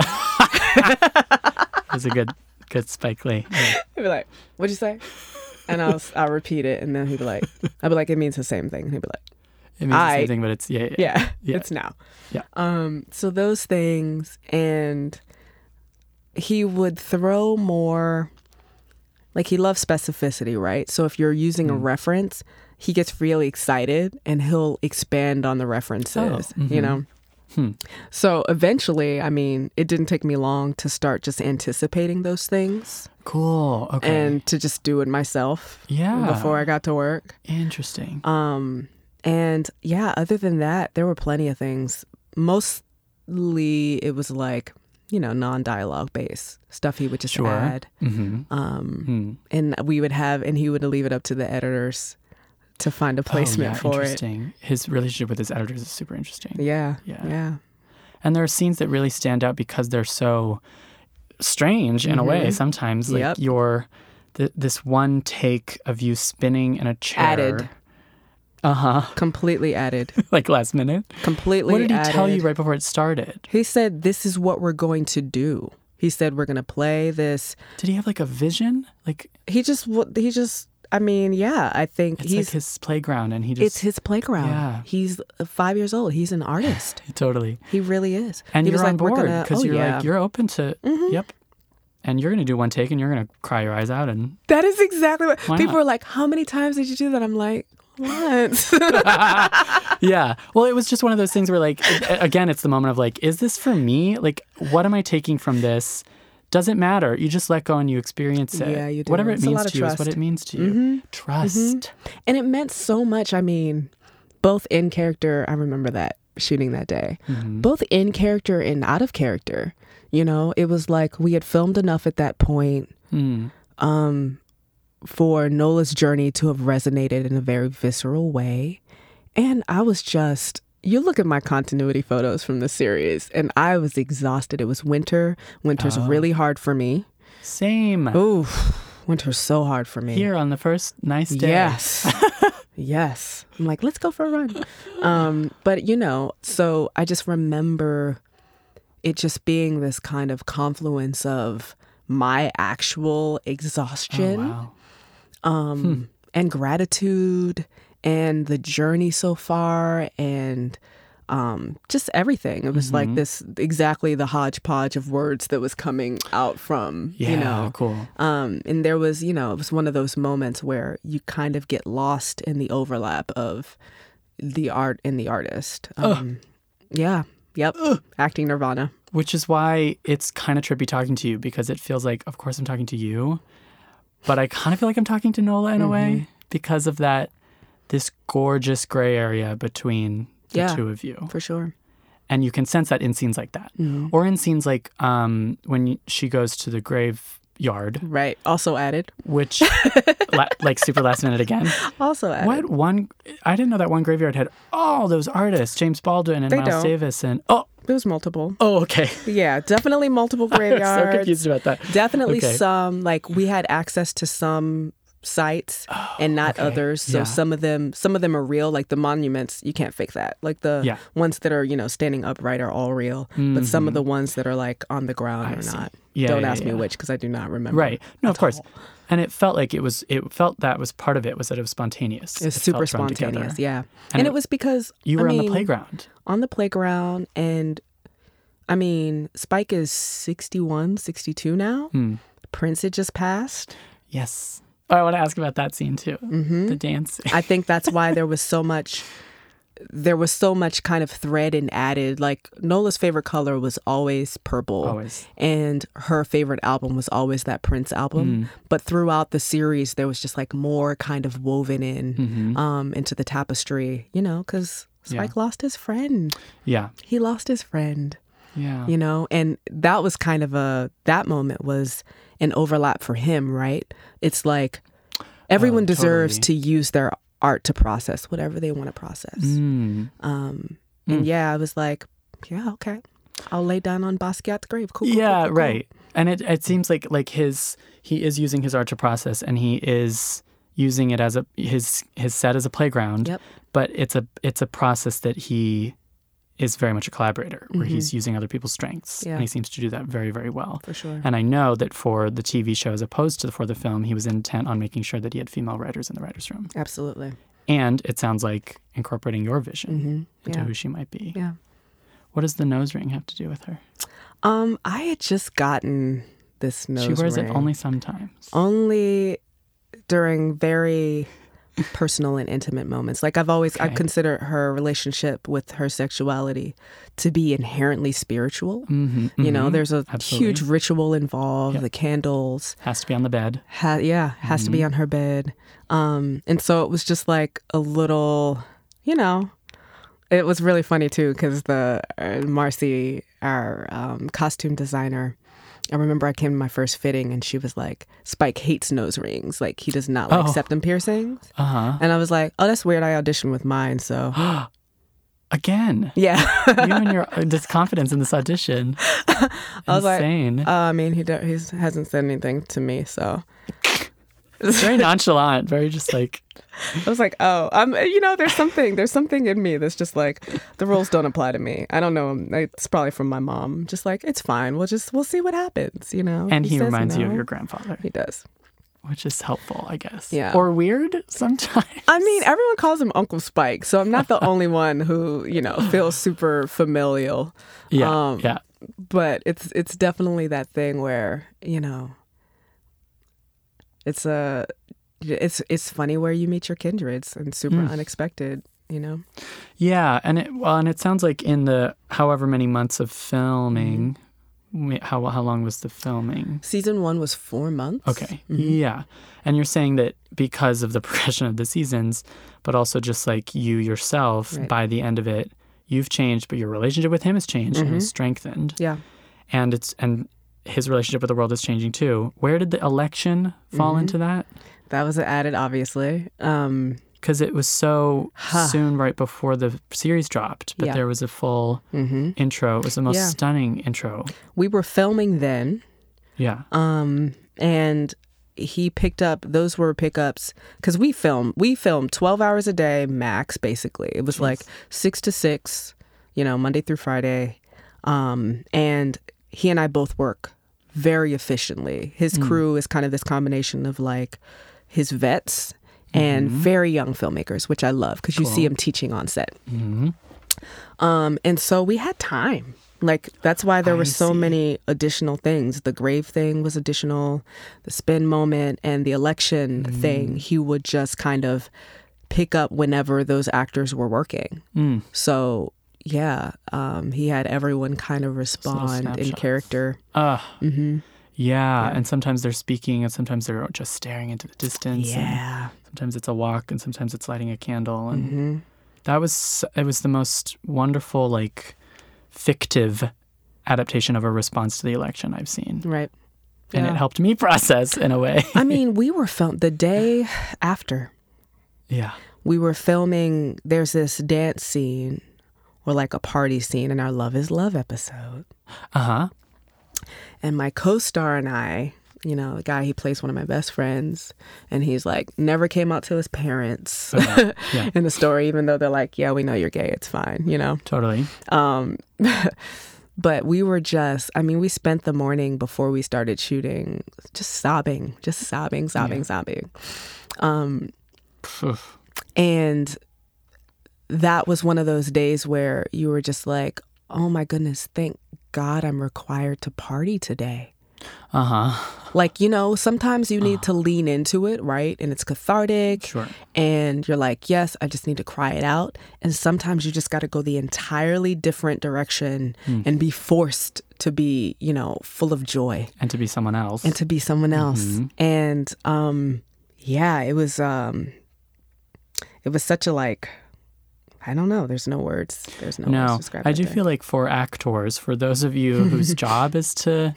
It's a good good Spike Lee. Yeah. He'd be like, "What'd you say?" And I'll I'll repeat it, and then he'd be like, "I'll be like, it means the same thing." And he'd be like, It means the I- same thing, but it's yeah, yeah. "Yeah, Yeah. it's now." Yeah. Um. So those things, and he would throw more. Like he loves specificity, right? So if you're using Mm. a reference, he gets really excited and he'll expand on the references. You mhm. know. Hmm. So eventually, I mean, it didn't take me long to start just anticipating those things Cool. Okay. and to just do it myself. yeah. before I got to work. Interesting. Um, and yeah, other than that, there were plenty of things. Mostly it was like, you know, non dialogue based stuff he would just Sure. add. Mm-hmm. Um, Hmm. and we would have, and he would leave it up to the editors to find a placement oh, yeah, for it. interesting. His relationship with his editors is super interesting. Yeah, yeah. Yeah. And there are scenes that really stand out because they're so strange in a way sometimes. Like Mm-hmm. Yep. your th- this one take of you spinning in a chair. Added. Uh huh. Completely added. [laughs] like last minute. Completely What did he added. tell you right before it started? He said, This is what we're going to do. He said, We're going to play this. Did he have like a vision? Like He just, wa- he just, I mean, yeah, I think it's he's. like his playground, and he just it's his playground. Yeah. He's uh, five years old. He's [sighs] an artist. totally. He really is. And he you're was like, on we're board gonna- because oh, you're yeah. Mm-hmm. like you're open to yep. And you're gonna do one take, and you're gonna cry your eyes out, and That is exactly what Why people not? are like. How many times did you do that? I'm like, once. [laughs] Yeah. Well, it was just one of those things where, like, a- again, it's the moment of, like, is this for me? Like, what am I taking from this? Doesn't matter. You just let go and you experience it. Yeah, you do. Whatever It's it a means lot of to you is what trust. Mm-hmm. it means to you. Trust. and it meant so much. I mean, both in character. I remember that shooting that day. Mm-hmm. Both in character and out of character. You know, it was like we had filmed enough at that point. Mm. um, for Nola's journey to have resonated in a very visceral way. And I was just, you look at my continuity photos from the series, and I was exhausted. It was winter. Winter's Oh. really hard for me. Same. Ooh, winter's so hard for me. Here on the first nice day. [laughs] Yes. yes. I'm like, let's go for a run. Um, but you know, so I just remember it just being this kind of confluence of my actual Oh, exhaustion wow. um, Hmm. and gratitude and the journey so far and um, just everything. It was Mm-hmm. like this exactly the hodgepodge of words that was coming out from, Yeah, you know. cool. Um, and there was, you know, it was one of those moments where you kind of get lost in the overlap of the art and the artist. Um, yeah. Yep. Acting Nirvana. Which is why it's kind of trippy talking to you because it feels like, of course, I'm talking to you, but I kind of feel like I'm talking to Nola in a way Mm-hmm. because of that, this gorgeous gray area between the Yeah. two of you. For sure. And you can sense that in scenes like that. Mm-hmm. Or in scenes like um, when she goes to the graveyard, Right. Also added. [laughs] which, la- like, super last minute again. Also added. What one? I didn't know that one graveyard had all those artists: James Baldwin and They Miles don't. Davis. And oh, There's multiple. oh, okay. [laughs] Yeah, definitely multiple I'm graveyards. so confused about that. Definitely Okay. some like we had access to some sites and not Oh, okay. others. So Yeah. some of them some of them are real, like the monuments, you can't fake that. Like the Yeah. Mm-hmm. ones that are, you know, standing upright are all real, but some of the ones that are like on the ground are see. not. Yeah, Don't yeah, ask me yeah. which because I do not remember. Right. No, of course. And it felt like it was. It felt that was part of it was that it was spontaneous. It's It super felt drawn together. spontaneous, yeah. And And, it- it was because You I were on mean, the playground. on the playground and I mean, Spike is 61, 62 now. Hmm. Prince had just passed. Yes. Oh, I want to ask about that scene too. The dance. I think Mm-hmm. that's why there was so much there was so much kind of thread and added like Nola's favorite color was always purple. Always. And her favorite album was always that Prince album. Mm. But throughout the series there was just like more kind of woven in um into the tapestry, you know, cuz Mm-hmm. Yeah. Spike lost his friend. Yeah. He lost his friend Yeah. you know and that was kind of a that moment was an overlap for him right it's like everyone deserves Oh, totally. to use their art to process whatever they want to process Mm. um and yeah i was like yeah okay i'll lay down on basquiat's grave cool, cool, cool, Yeah. cool, cool. Right. And it it seems like like his he is using his art to process, and he is using it as a his his set as a playground. yep but it's a it's a process that he is very much a collaborator where he's using other people's strengths Mm-hmm. Yeah. and he seems to do that very very well for sure and i know that for the tv show as opposed to the, for the film he was intent on making sure that he had female writers in the writers room absolutely and it sounds like incorporating your vision into Mm-hmm. Yeah. who she might be yeah what does the nose ring have to do with her um i had just gotten this nose she wears it ring. Oh. only sometimes only during very personal and intimate moments. Like I've always I Okay. consider her relationship with her sexuality to be inherently spiritual. mm-hmm, You know, there's a Absolutely. huge ritual involved, Yep. the candles, has to be on the bed ha- yeah, has to be on her bed. Um and so it was just like a little, you know, it was really funny too cuz the uh, Marcy our um, costume designer I remember I came to my first fitting and she was like, Spike hates nose rings. Like, he does not like Oh. septum piercings. uh-huh And I was like, oh, that's weird. I auditioned with mine. So, [gasps] again yeah. [laughs] you and your uh, confidence in this audition I was like, insane uh, I mean, he, don't, he hasn't said anything to me. So very nonchalant very just [laughs] like I was like, oh, um, you know, there's something, there's something in me that's just like, the rules don't apply to me. I don't know. It's probably from my mom. Just like, it's fine. We'll just, we'll see what happens, you know? And If he, says reminds you of no, your grandfather, He does. which is helpful, I guess. Yeah. Or weird sometimes. I mean, everyone calls him Uncle Spike, so I'm not the [laughs] only one who, you know, feels super familial. yeah. um, yeah. But it's it's definitely that thing where, you know, it's a it's it's funny where you meet your kindreds and super Hmm. unexpected, you know. Yeah. And it, well, and it sounds like in the however many months of filming, wait, how, how long was the filming? Season 1 was 4 months. Okay. Yeah. And you're saying that because of the [laughs] progression of the seasons, but also just like you yourself, Right. by the end of it, you've changed, but your relationship with him has changed and is strengthened. Yeah. And it's, and his relationship with the world is changing too. Where did the election fall into that? That was added obviously. Um because it was so soon right before the series dropped but Yeah. there was a full mhm. intro it was the most Yeah. stunning intro we were filming then. yeah um and he picked up those were pickups because we film we filmed 12 hours a day max basically it was like six to six you know monday through friday um and he and i both work very efficiently his crew is kind of this combination of like his vets Mm-hmm. and very young filmmakers which i love because you see him teaching on set Um, and so we had time. Like that's why there I were so see. many additional things. The grave thing was additional, the spin moment and the election Mm. thing. He would just kind of pick up whenever those actors were working. Mm. So yeah, um, he had everyone kind of little respond in snapshots. character. Uh, hmm yeah. And sometimes they're speaking, and sometimes they're just staring into the distance. and Yeah. sometimes it's a walk, and sometimes it's lighting a candle. And hmm that was it was the most wonderful, like, fictive adaptation of a response to the election I've seen, [laughs] Right. and Yeah. it helped me [laughs] process in a [laughs] way. I mean, we were film the day after. yeah. we were filming there's this dance scene or like a party scene in our love is love episode Uh huh. and my co-star and i you know the guy he plays one of my best friends and he's like never came out to his parents Yeah. in the story even though they're like yeah we know you're gay it's fine you know Totally. um [laughs] but we were just i mean we spent the morning before we started shooting just sobbing just sobbing sobbing sobbing um Phew. And that was one of those days where you were just like, oh my goodness, thank God I'm required to party today. Uh huh. Like, you know, sometimes you need to lean into it, right? And it's cathartic. Uh-huh. Sure. And you're like, yes, I just need to cry it out. And sometimes you just got to go the entirely different direction Hmm. and be forced to be, you know, full of joy And to be someone else. and to be Mm-hmm. someone else. And um yeah, it was um it was such a like I don't know, there's no words. There's no, words to no describe i that do thing. feel like for actors for those of [laughs] you whose job is to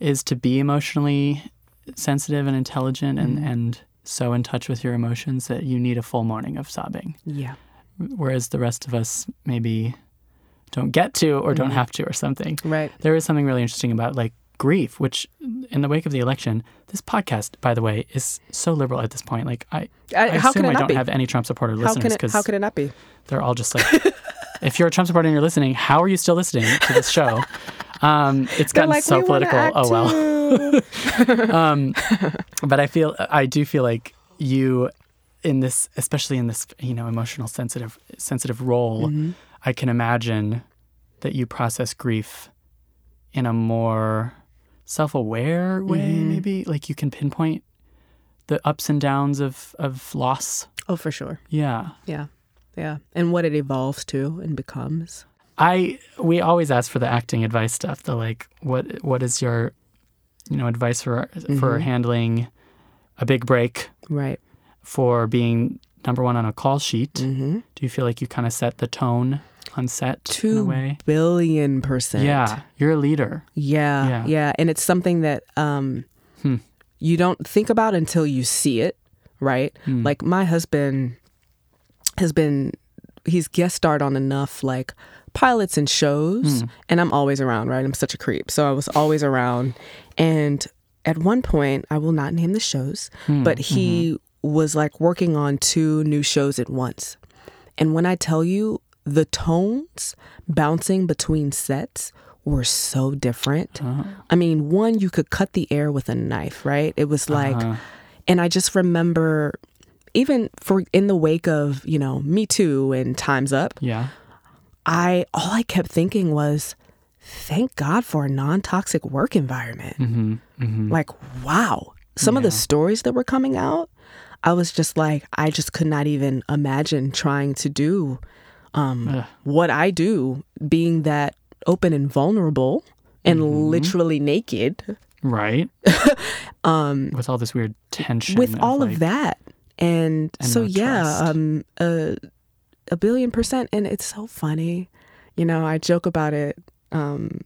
is to be emotionally sensitive and intelligent and Mm-hmm. and so in touch with your emotions that you need a full morning of sobbing Yeah. whereas the rest of us maybe don't get to or Mm-hmm. don't have to or something Right. there is something really interesting about like grief which in the wake of the election this podcast by the way is so liberal at this point like i I, I Uh, how assume can it I not don't be? have any Trump supporter how listeners can it because how could it not be? they're all just like, [laughs] if you're a Trump supporter and you're listening, how are you still listening to this show? Um, it's They're gotten like so we wanna political. act Oh well. too. Um, but I feel I do feel like you, in this, especially in this, you know, emotional sensitive sensitive role, Mm-hmm. I can imagine that you process grief in a more self-aware way. Mm-hmm. Maybe like you can pinpoint the ups and downs of of loss. oh, for sure. Yeah. Yeah. Yeah. And what it evolves to and becomes. I we always ask for the acting advice stuff. The like, what what is your, you know, advice for Mm-hmm. for handling a big break, Right. for being number one on a call sheet? Mhm. Do you feel like you kind of set the tone on set in a Two way? billion percent. Yeah, you're a leader. Yeah, Yeah. yeah, and it's something that um, Hmm. you don't think about until you see it, right? Hmm. Like my husband has been, he's guest starred on enough like pilots and shows, Hmm. and I'm always around, right? I'm such a creep, so I was always around, and at one point, I will not name the shows, Hmm. but he Mm-hmm. was like working on two new shows at once. And when I tell you the tones bouncing between sets were so different. I mean, one, you could cut the air with a knife, right? It was like, and I just remember even for in the wake of, you know, Me Too and Time's Up, Yeah, I all I kept thinking was, thank God for a non toxic work environment. Mm-hmm. Mm. Like, wow. Some of the stories that were coming out, I was just like, I just could not even imagine trying to do um, what I do, being that open and vulnerable and Mm-hmm. literally naked [laughs] right. um, with all this weird tension. with all like- of that. And, And so, no yeah, trust. um, a, a billion percent. And it's so funny. You know, I joke about it. Um,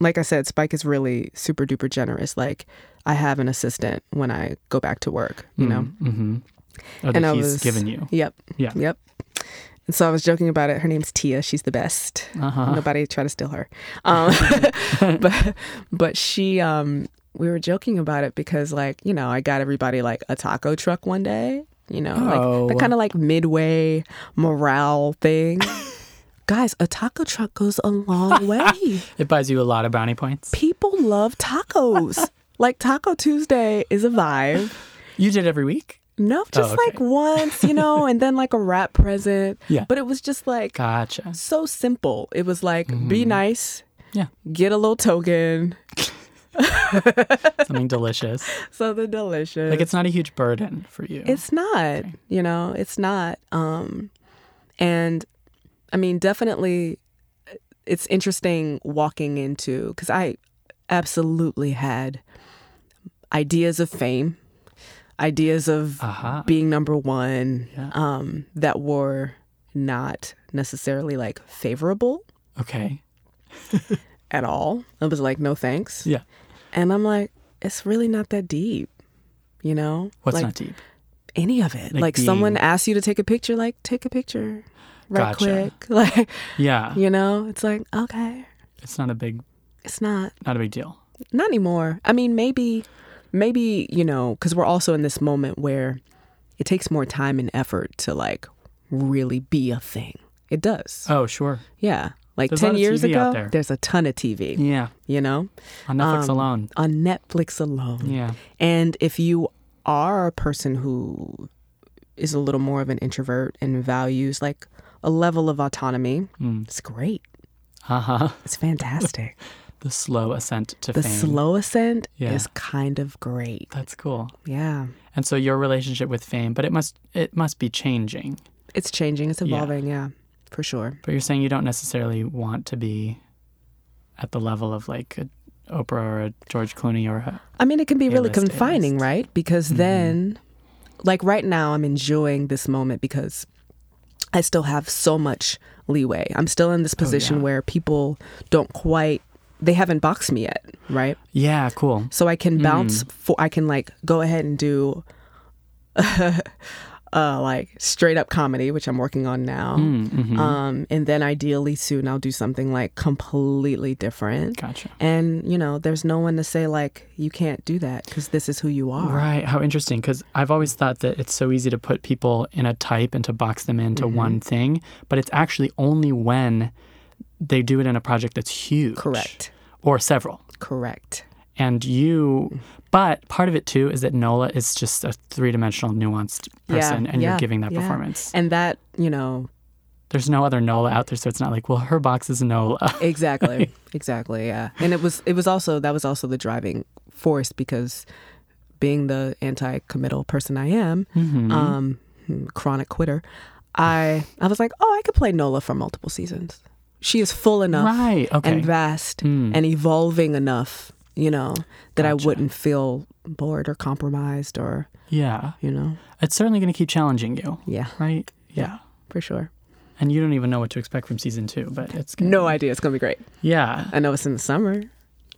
like I said, Spike is really super duper generous. Like, I have an assistant when I go back to work, you know? Mhm. Oh, that And I he's was- given you. Yep. Yeah. Yep. And so I was joking about it. Her name's Tia. She's the best. Uh-huh. Nobody try to steal her. Um, [laughs] but but she um we were joking about it because like, you know, I got everybody like a taco truck one day, you know, Oh. like that kind of like midway morale [laughs] thing. Guys, a taco truck goes a [laughs] long way. It buys you a lot of brownie points. People love tacos. like Taco Tuesday is a vibe. You did every week. No, just Oh, okay. like once, you know, and then like a wrap present. [laughs] Yeah. But it was just like Gotcha. so simple. It was like be nice. Mm-hmm. Yeah. Get a little token. [laughs] Something delicious. Something delicious. Like it's not a huge burden for you. It's not, you know, it's not. Um, and I mean, definitely, it's interesting walking into because I absolutely had ideas of fame, ideas of Aha. being number one Yeah. um, that were not necessarily like favorable Okay. at all. I was like, no thanks. Yeah. And I'm like, it's really not that deep, you know? What's like, not deep? any of it. Like Like, someone being- asks you to take a picture, like take a picture, right Gotcha. quick. [laughs] Like Yeah. you know, it's like okay, It's not a big it's not not a big deal. not anymore. I mean, maybe maybe you know, because we're also in this moment where it takes more time and effort to like really be a thing. It does, Oh, sure. yeah. Like There's a ten lot of years TV out ago, there. there's a ton of TV. Yeah. You know, On Netflix Um, alone. on Netflix alone. Yeah. And if you are a person who is a little more of an introvert and values like a level of autonomy, Mm. it's great. Uh-huh. It's [laughs] fantastic. The slow ascent to the fame. slow ascent Yeah. is kind of great. That's cool. Yeah. And so your relationship with fame, but it must it must be changing. It's changing, it's Yeah. evolving. Yeah, for sure. But you're saying you don't necessarily want to be at the level of like a Oprah or a George Clooney or a, I mean, it can be really A-list, confining, A-list. right? Because Mm-hmm. then, like right now, I'm enjoying this moment because I still have so much leeway. I'm still in this position Oh, yeah. where people don't quite, they haven't boxed me yet, right? yeah, cool. so I can bounce for I can like go ahead and do [laughs] uh like straight up comedy which I'm working on now Mm, mhm. um and then ideally soon I'll do something like completely different Gotcha. and you know there's no one to say like you can't do that cuz this is who you are Right. How interesting. Because I've always thought that it's so easy to put people in a type and to box them into Mm-hmm. one thing, but it's actually only when they do it in a project that's huge. correct Or several. correct And Mm-hmm. you, but part of it too is that Nola is just a three dimensional, nuanced Yeah, person, and you're yeah, giving that yeah. performance. and that you know There's no other Nola out there, so it's not like, well, her box is [laughs] Nola. [laughs] exactly exactly yeah and it was it was also that was also the driving force because being the anti-committal person i am Mm-hmm. um chronic quitter i i was like oh i could play nola for multiple seasons she is full enough right. Okay. Hmm. Mm-hmm. and vast and evolving enough you know that i wouldn't feel bored or compromised or yeah. you know It's certainly going to keep challenging you. yeah Right. Yeah. for sure And you don't even know what to expect from season two, but it's gonna, no idea it's gonna be great Yeah. i know it's in the summer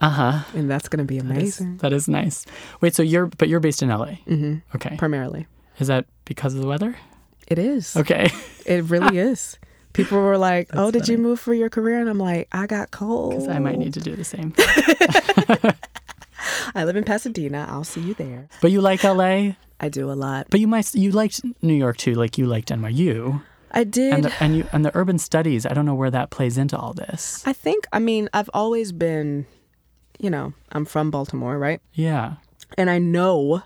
Uh huh. and that's gonna be Nice. amazing That is nice. Wait, so you're but you're based in LA. hmm Okay. primarily Is that because of the weather? it is Okay. It really is. People were like, "Oh, did you funny. move for your career?" And I'm like, "I got [laughs] cold. 'Cause I might need to do the same. I live in Pasadena. I'll see you there. But you like LA. I do a lot. But you might you liked New York too, like you liked NYU. I did. And the, and you and the urban studies. I don't know where that plays into all this. I think. I mean, I've always been, you know, I'm from Baltimore, right? Yeah. And I know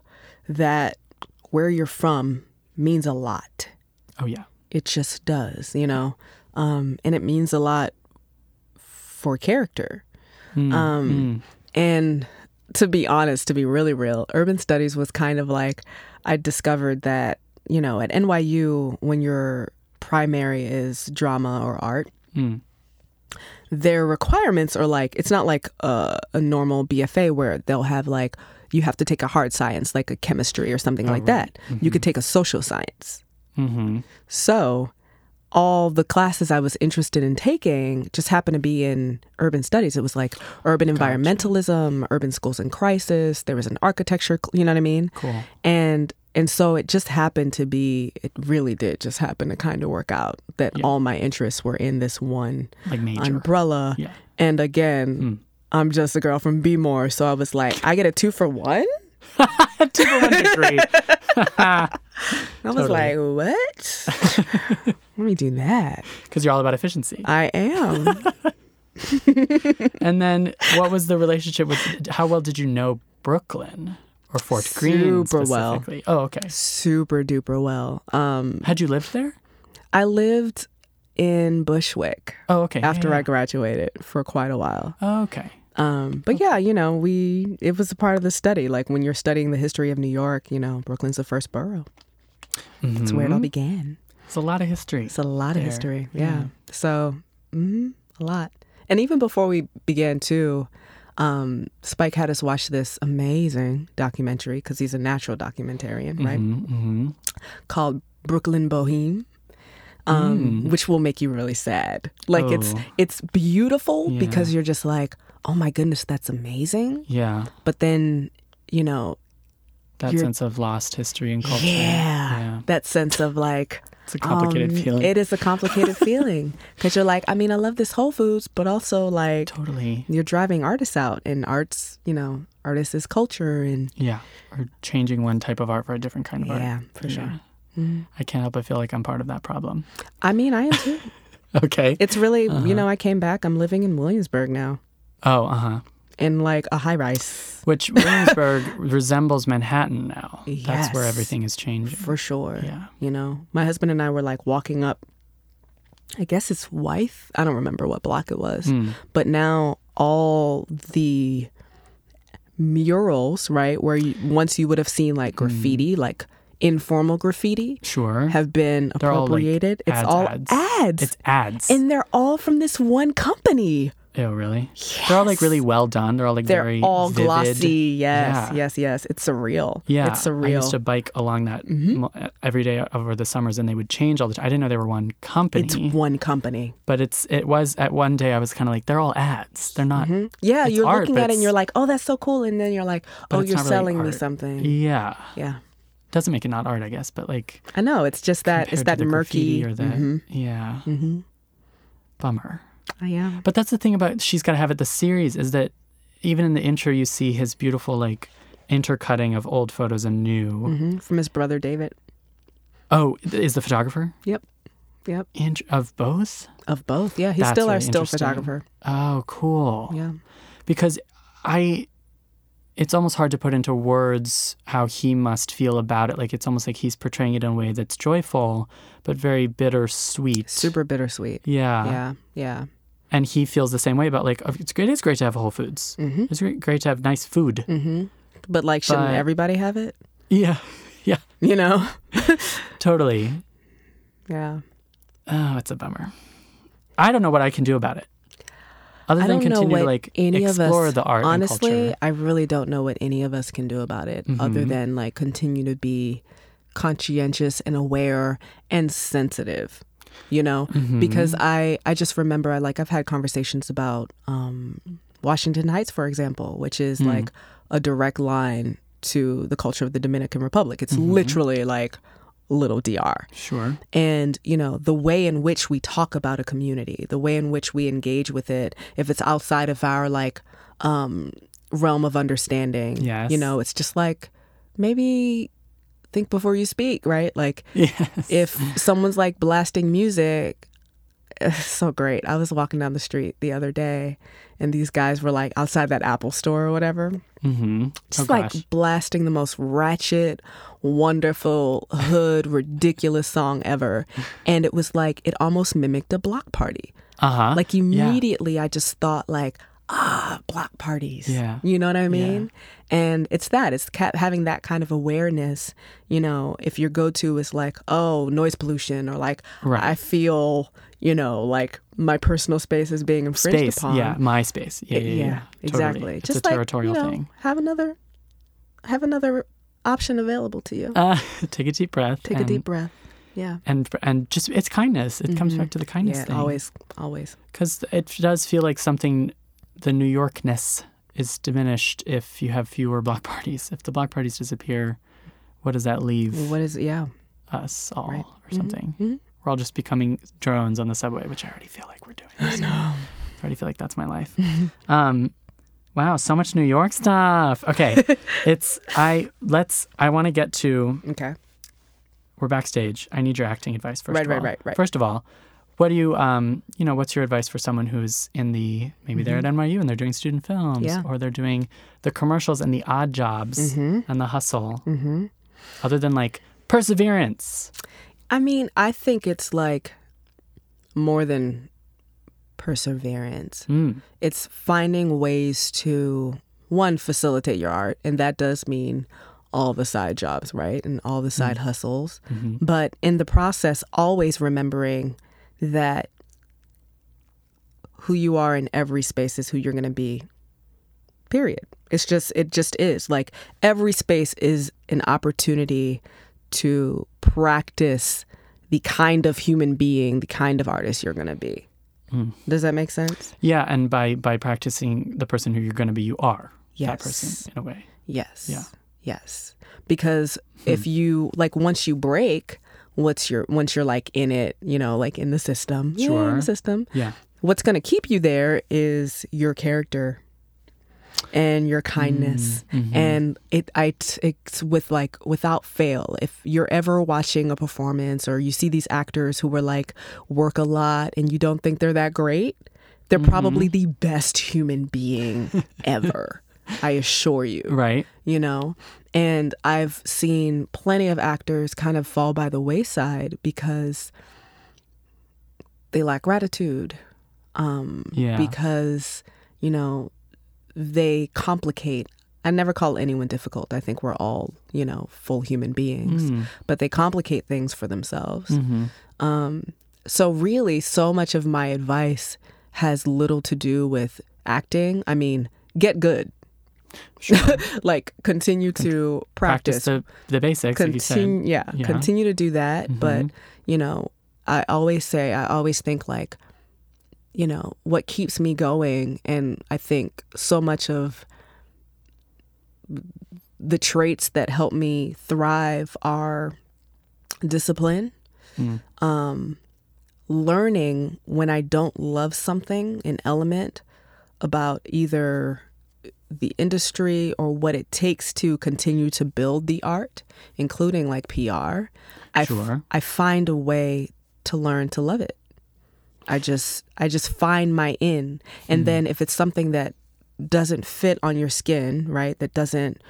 that where you're from means a lot. Oh yeah. It just does, you know, um, and it means a lot for character. Mm, Um, And to be honest, to be really real, urban studies was kind of like I discovered that, you know, at NYU, when your primary is drama or art, mm, their requirements are like, it's not like a, a normal BFA where they'll have like, you have to take a hard science, like a chemistry or something like that. You could take a social science. mm-hmm. So, all the classes I was interested in taking just happened to be in urban studies. It was like urban environmentalism, urban schools in crisis. There was an architecture, cl- you know what I mean? Cool. And and so it just happened to be. It really did just happen to kind of work out that all my interests were in this one Like major. umbrella. Yeah. And again, I'm just a girl from Bmore, so I was like, I get a two for one. Two [laughs] for one degree. I was like, what? [laughs] Let me do that. Because you're all about efficiency. I am. And then what was the relationship with how well did you know Brooklyn? or Fort Greene Super well. specifically? Oh, okay. super duper well. Um, Had you lived there? I lived in Bushwick Oh, okay. after yeah, I graduated for quite a while. yeah. Oh, okay. Um, but yeah, you know, we it was a part of the study. Like when you're studying the history of New York, you know, Brooklyn's the first borough. That's where it all began. It's a lot of history. Mm-hmm. It's a lot Mm-hmm. of There. history. Yeah. So, mhm, a lot. And even before we began, too, um, Spike had us watch this amazing documentary because he's a natural documentarian, right? Mm-hmm. Called Brooklyn Boheme. Um, which will make you really sad. Like it's Mm. Oh. it's beautiful Yeah. because you're just like, oh my goodness, that's amazing. Yeah. But then, you know, That You're- sense of lost history and culture. yeah, Yeah. that sense of like It's a complicated um, feeling. It is a [laughs] complicated feeling because you're like, I mean, I love this Whole Foods, but also like totally. you're driving artists out, and arts, you know, artists is culture, and Yeah. Or changing one type of art for a different kind of art. yeah, for Yeah. sure. I can't help but feel like I'm part of that problem. [laughs] I mean, I am too. Okay. It's really, Uh-huh. you know, I came back. I'm living in Williamsburg now, oh, uh huh. in like a high rise [laughs] Which Williamsburg resembles Manhattan now. That's where Yes. everything is changing. for sure. Yeah. You know, my husband and I were like walking up. I guess it's Wythe. I don't remember what block it was. Mm. but now all the murals, right, where you, once you would have seen like Hmm. graffiti, like informal graffiti, Sure. have been They're all, like, appropriated. ads, it's all ads. ads. it's ads. and they're all from this one company. oh, really? They're all like Yes. really well done. They're all like They're very all vivid. glossy. Yes, Yeah. yes, yes. It's surreal. Yeah, It's I used surreal. Mm-hmm. to bike along that mo- uh, every day over the summers, and they would change all the time. I didn't know they were one company, it's one company. but it's it was at one day I was kind of like, they're all ads. They're not. Yeah, It's you're art, looking but at it it's- and you're like, oh, that's so cool. And then you're like, But oh, it's you're not really selling me art. something. Yeah, Yeah. doesn't make it not art, I guess, but like I know. It's just that, it's compared that to the graffiti murky. Mm-hmm. or that. Yeah, Mhm. bummer. I am. But that's the thing about she's got to have it. The series is that even in the intro, you see his beautiful like intercutting of old photos and new. hmm from his brother David. Oh, is the photographer Yep, yep. Int- of both? Of both, yeah. He's That's still our really still interesting. photographer. Oh, cool. Yeah, because I it's almost hard to put into words how he must feel about it. Like it's almost like he's portraying it in a way that's joyful but very bittersweet. super bittersweet. yeah. Yeah, yeah. And he feels the same way about like oh, it's great. It's great to have Whole Foods. Mhm. It's great, great to have nice food. hmm But like, shouldn't But- everybody have it? [laughs] Yeah, You know? [laughs] totally. Yeah. Oh, it's a bummer. I don't know what I can do about it. Other I than don't know continue to what like any of explore us- the art and Honestly, culture. Mm-hmm. I really don't know what any of us can do about it, other than like continue to be conscientious and aware and sensitive. You know, Mm-hmm. because I I just remember I like I've had conversations about um, Washington Heights, for example, which is Mm-hmm. like a direct line to the culture of the Dominican Republic. It's Mm-hmm. literally like little DR. Sure. And, you know, the way in which we talk about a community, the way in which we engage with it, if it's outside of our like um realm of understanding. Yes. You know, it's just like maybe think before you speak, right? Like [laughs] Yes. if someone's like blasting music [laughs] it's so great i was walking down the street the other day and these guys were like outside that apple store or whatever mm-hmm. just oh, like gosh. blasting the most ratchet wonderful hood ridiculous song ever and it was like it almost mimicked a block party uh-huh. like immediately i just thought like ah block parties Yeah. you know what i mean and it's that it's ca- having that kind of awareness you know if your go-to is like oh noise pollution or like Right. i feel you know like my personal space is being infringed space. upon Yeah, my space. Yeah, It- yeah, yeah. Totally. exactly It's just a like territorial you know, thing. [laughs] have another have another option available to you Uh, take a deep breath. take and, a deep breath yeah And and just it's kindness. It comes back to the kindness yeah thing. always always because it does feel like something. The New Yorkness is diminished if you have fewer block [laughs] parties. If the block parties disappear, what does that leave what is yeah us all Mm-hmm. or something? We're all just becoming drones on the subway, which I already feel like we're doing. I know. I already feel like that's my [laughs] life. um, wow, so much New York stuff. [laughs] Okay, it's I let's I want to get to okay we're backstage. I need your acting advice first. Right, of right, all. right, right. First of all, What do you, um, you know, what's your advice for someone who's in the maybe they're at NYU and they're doing student films Mm-hmm. Yeah. or they're doing the commercials and the odd jobs Mm-hmm. and the hustle, other than like perseverance? I mean, I think it's like more than perseverance. Mm. It's finding ways to one facilitate your art, and that does mean all the side jobs, right? And all the side hustles. But in the process, always remembering that who you are in every space is who you're going to be period it's just it just is like every space is an opportunity to practice the kind of human being the kind of artist you're going to be does that make sense Yeah, and by by practicing the person who you're going to be, you are that Yes. person in a way. yes Yeah. yes Hmm. because if you like once you break what's your once you're like in it you know like in the system Yeah, in the Sure. system Yeah. what's going to keep you there is your character and your kindness Mm-hmm. and it I t- it's with like without fail if you're ever watching a performance or you see these actors who were like work a lot and you don't think they're that great they're probably the best human being ever I assure you Right. you know? And I've seen plenty of actors kind of fall by the wayside because they lack gratitude, um, Yeah. because, you know, they complicate. I never call anyone difficult. I think we're all, you know, full human beings, Mm. Mm-hmm. but they complicate things for themselves. Um, so, really, so much of my advice has little to do with acting. I mean, get good. [laughs] like, continue to Practice, practice. the the basics. if you said. continue, yeah, Yeah. Mm-hmm. continue to do that. But, you know, I always say, I always think, like, you know, what keeps me going, and I think so much of the traits that help me thrive are discipline Mm. um, learning when I don't love something, an element about either the industry or what it takes to continue to build the art, including like PR. I f- Sure. I find a way to learn to love it. I just I just find my in, Mm-hmm. and then if it's something that doesn't fit on your skin, right? That doesn't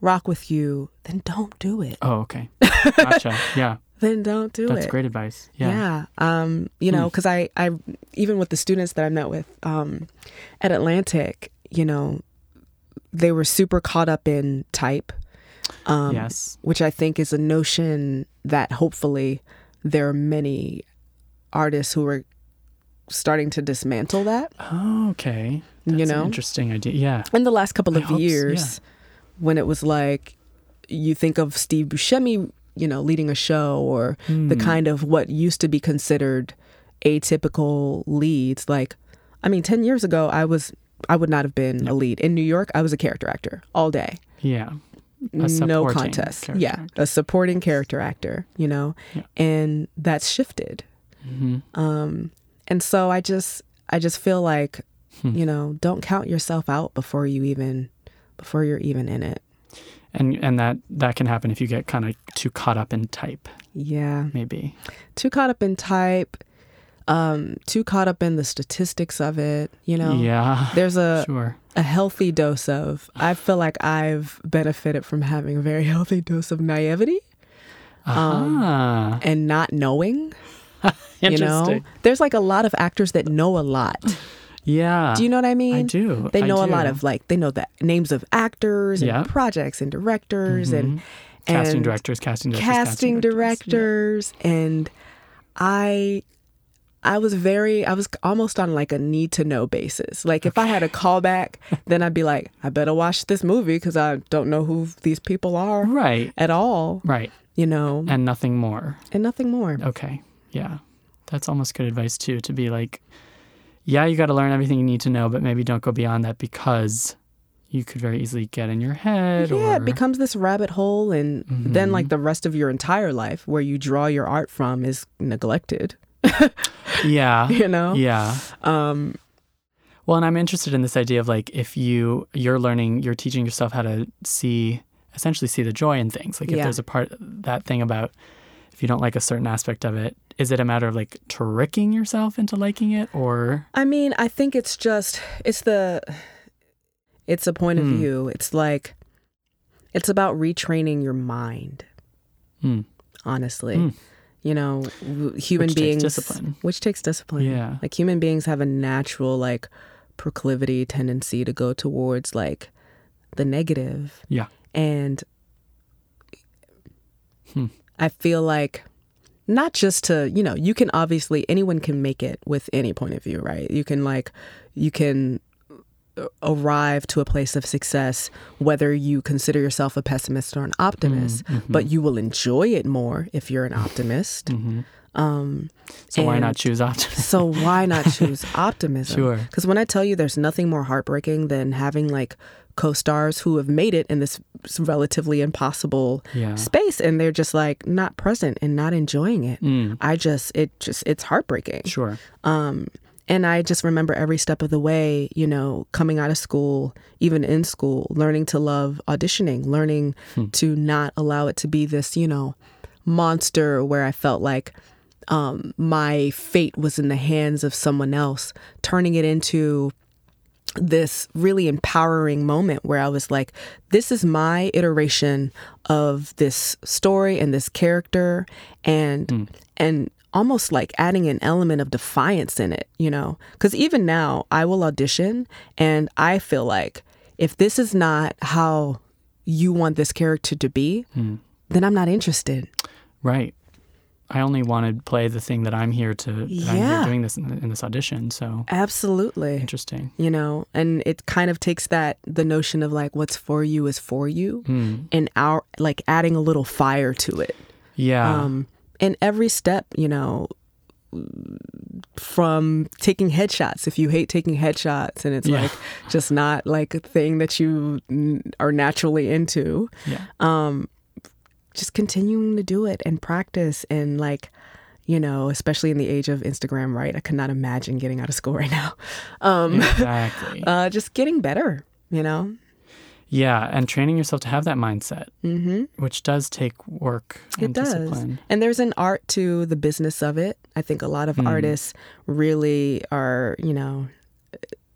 rock with you, then don't do it. Oh, [laughs] okay. Gotcha. yeah. Then don't do That's it. great advice. Yeah. Yeah. Um, you know, because I, I, even with the students that I met with um, at Atlantic, you know, they were super caught up in type, um, yes. which I think is a notion that hopefully there are many artists who are starting to dismantle that Oh, okay. You That's know? an interesting idea. Yeah. in the last couple I of hope so, years when it was like you think of Steve Buscemi, you know, leading a show or Hmm. the kind of what used to be considered atypical leads. Like, I mean, 10 years ago, I was, I would not have been a lead. In New York, I was a character actor all day Yeah. A no supporting contest. character Yeah, actor. a supporting character actor, you know, Yeah. and that's shifted. Mm-hmm. Um, and so I just, I just feel like, Hmm. you know, don't count yourself out before you even, before you're even in it. And and that that can happen if you get kind of too caught up in type, Yeah, maybe. too caught up in type, um, too caught up in the statistics of it. You know, Yeah. there's a Sure. a healthy dose of. I feel like I've benefited from having a very [laughs] healthy dose of naivety ah. and not knowing. um, you Interesting. know there's like a lot of actors that know a lot [laughs] Yeah. do you know what i mean I do. they I know a lot do. of like they know the names of actors and Yeah. Mm-hmm. projects and directors and, casting and directors, casting directors, casting directors and i i was very i was almost on like a need to know basis like if i had a [laughs] callback then i'd be like i better watch this movie because i don't know who these people are Yeah. Right. at all Right. you know And nothing more. and nothing more Okay. Yeah. That's almost good advice too to be like yeah, you got to learn everything you need to know, but maybe don't go beyond that because you could very easily get in your head Yeah, or Mm-hmm. it becomes this rabbit hole, and then like the rest of your entire life, where you draw your art from, is neglected. Uh, yeah. [laughs] You know, Yeah. um, Well, and I'm interested in this idea of like if you you're learning, you're teaching yourself how to see essentially see the joy in things. Like if Yeah. there's a part that thing about if you don't like a certain aspect of it, Is it a matter of like tricking yourself into liking it or I mean, I think it's just it's the it's a point of Hmm. view. It's like it's about retraining your mind, Hmm. honestly. Hmm. You know, w- human Which takes beings discipline. which takes discipline. Yeah. Like human beings have a natural like proclivity tendency to go towards like the negative. Yeah. And Hmm. I feel like not just to, you know, you can obviously, anyone can make it with any point of view, right? You can, like, you can arrive to a place of success whether you consider yourself a pessimist or an optimist, Mm-hmm. but you will enjoy it more if you're an optimist. Um, Mm-hmm. So why not and- choose optimism? [laughs] so why not choose optimism? Sure. Because when I tell you there's nothing more heartbreaking than having like co-stars who have made it in this relatively impossible Yeah. space and they're just like not present and not enjoying it. Mm. I just it just it's heartbreaking. Sure. Um, and I just remember every step of the way, you know, coming out of school, even in school, learning to love auditioning, learning to not allow it to be this, you know, monster where I felt like um, my fate was in the hands of someone else, turning it into this really empowering moment where I was like, this is my iteration of this story and this character and and almost like adding an element of defiance in it, you know? Cuz even now I will audition and I feel like if this is not how you want this character to be, then I'm not interested. Right. I only wanted to play the thing that I'm here to. That I'm here Yeah. Uh, doing this in, in this audition. So Absolutely. interesting. you know and it kind of takes that the notion of like what's for you is for you and our like adding a little fire to it Yeah. um and every step you know from taking headshots if you hate taking headshots and it's Yeah. like just not like a thing that you n- are naturally into [laughs] yeah. just continuing to do it and practice and like you know especially in the age of instagram right i could not imagine getting out of school right now [laughs] um Exactly. uh, just getting better, you know? yeah, and training yourself to have that mindset, Mm-hmm. which does take work It and does. discipline. And there's an art to the business of it. I think a Mm-hmm. lot of artists really are, you know,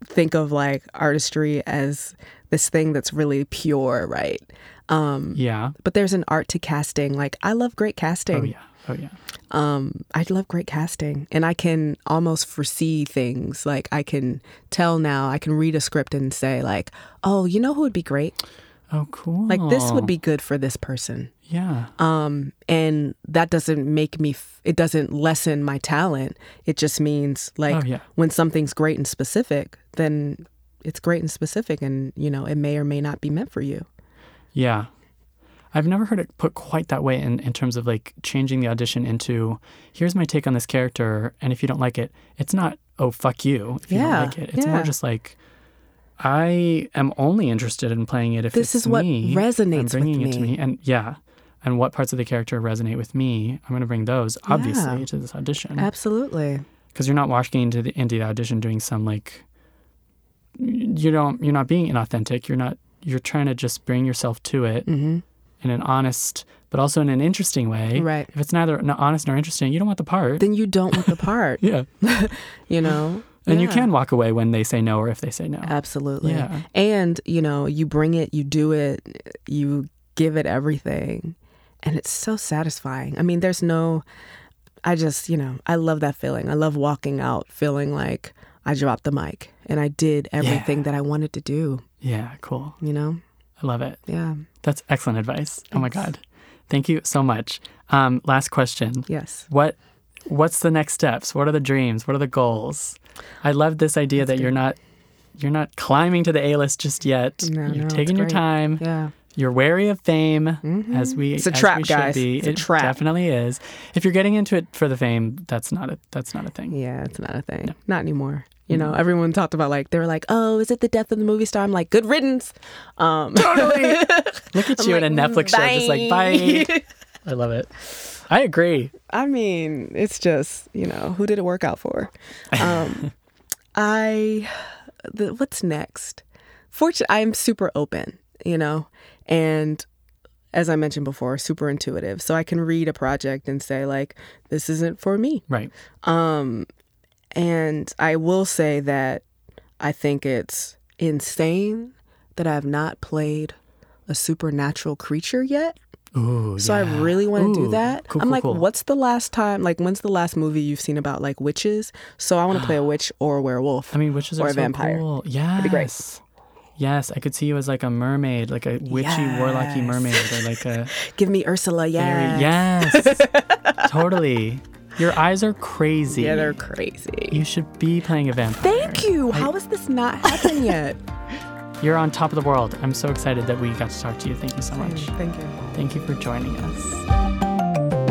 think of like artistry as this thing that's really pure, right? Um, Yeah. but there's an art to casting. Like, I love great casting. Oh yeah. Oh yeah. um, I love great casting, and I can almost foresee things. Like I can tell now, I can read a script and say, like, "Oh, you know who would be great? Oh cool. Like this would be good for this person." Yeah. um, and that doesn't make me f- it doesn't lessen my talent it just means like Oh, yeah. when something's great and specific then it's great and specific and you know it may or may not be meant for you Yeah. I've never heard it put quite that way in, in terms of like changing the audition into here's my take on this character, and if you don't like it, it's not oh fuck you if you Yeah, don't like it. It's more yeah. just like I am only interested in playing it if This it's is what me. resonates I'm with bringing it to me. me, and yeah, and what parts of the character resonate with me. I'm going to bring those obviously Yeah. to this audition absolutely because you're not walking into the into the audition doing some like you don't you're not being inauthentic you're not you're trying to just bring yourself to it in an honest but also in an interesting way Mm-hmm. Right. if it's neither not honest nor interesting you don't want the part then you don't want the part [laughs] yeah you know and you Yeah. can walk away when they say no or if they say no absolutely Yeah. and you know you bring it you do it you give it everything and it's so satisfying i mean there's no i just you know i love that feeling i love walking out feeling like i dropped the mic and i did everything that i wanted to do yeah cool you know i love it yeah that's excellent advice oh my god thank you so much um last question yes what what's the next steps what are the dreams what are the goals i love this idea that you're not you're not climbing to the a-list just yet No, you're no, it's taking your great. time yeah Mm-hmm. you're wary of fame as we It's a as trap, we should guys. be. It's a it trap. definitely is if you're getting into it for the fame that's not a that's not a thing yeah it's not a thing not anymore you know, everyone talked about like they were like, "Oh, is it the death of the movie star?" I'm like, "Good riddance." Um, [laughs] totally look at you like, in a netflix show just like "Bye." bye i love it i agree I mean, it's just you know who did it work out for? Um, I the, what's next? Fortune, I'm super open, you know, and as I mentioned before, super intuitive. So I can read a project and say, like, this isn't for me. Right. Um, and I will say that I think it's insane that I've not played a supernatural creature yet. Ooh, So yeah. I really want to Ooh, do that. cool, I'm cool, like, cool. what's the last time? Like, when's the last movie you've seen about like witches? So I want to [gasps] play a witch or a werewolf. I mean, witches or are a so vampire. cool. Yes. be great. Yes, I could see you as like a mermaid, like a witchy, warlocky Yes. mermaid, or like [laughs] a Give me Ursula. Yeah. very yes, [laughs] totally. Your eyes are crazy. Yeah, they're crazy. You should be playing a vampire. Thank you. How has this not [laughs] happened yet? You're on top of the world. I'm so excited that we got to talk to you. Thank you so much. Thank you. Thank you for joining us.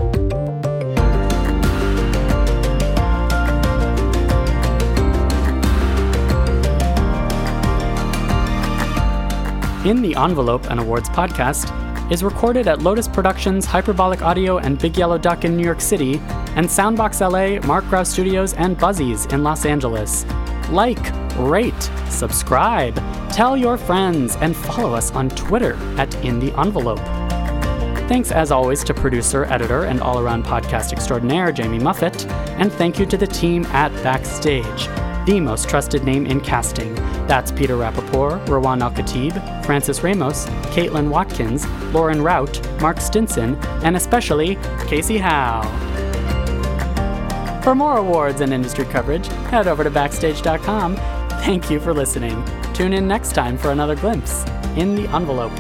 In the Envelope, an awards podcast, is recorded at Lotus Productions, Hyperbolic Audio, and Big Yellow Duck in New York City, and Soundbox LA, Mark Grouse Studios, and Buzzies in Los Angeles. Like, rate, subscribe, tell your friends, and follow us on Twitter at In the Envelope. Thanks, as always, to producer, editor, and all around podcast extraordinaire Jamie Muffett. And thank you to the team at Backstage, the most trusted name in casting. That's Peter Rappaport, Rawan Al Khatib, Francis Ramos, Caitlin Watkins, Lauren Rout, Mark Stinson, and especially Casey Howe. For more awards and industry coverage, head over to backstage.com. Thank you for listening. Tune in next time for another glimpse in the envelope.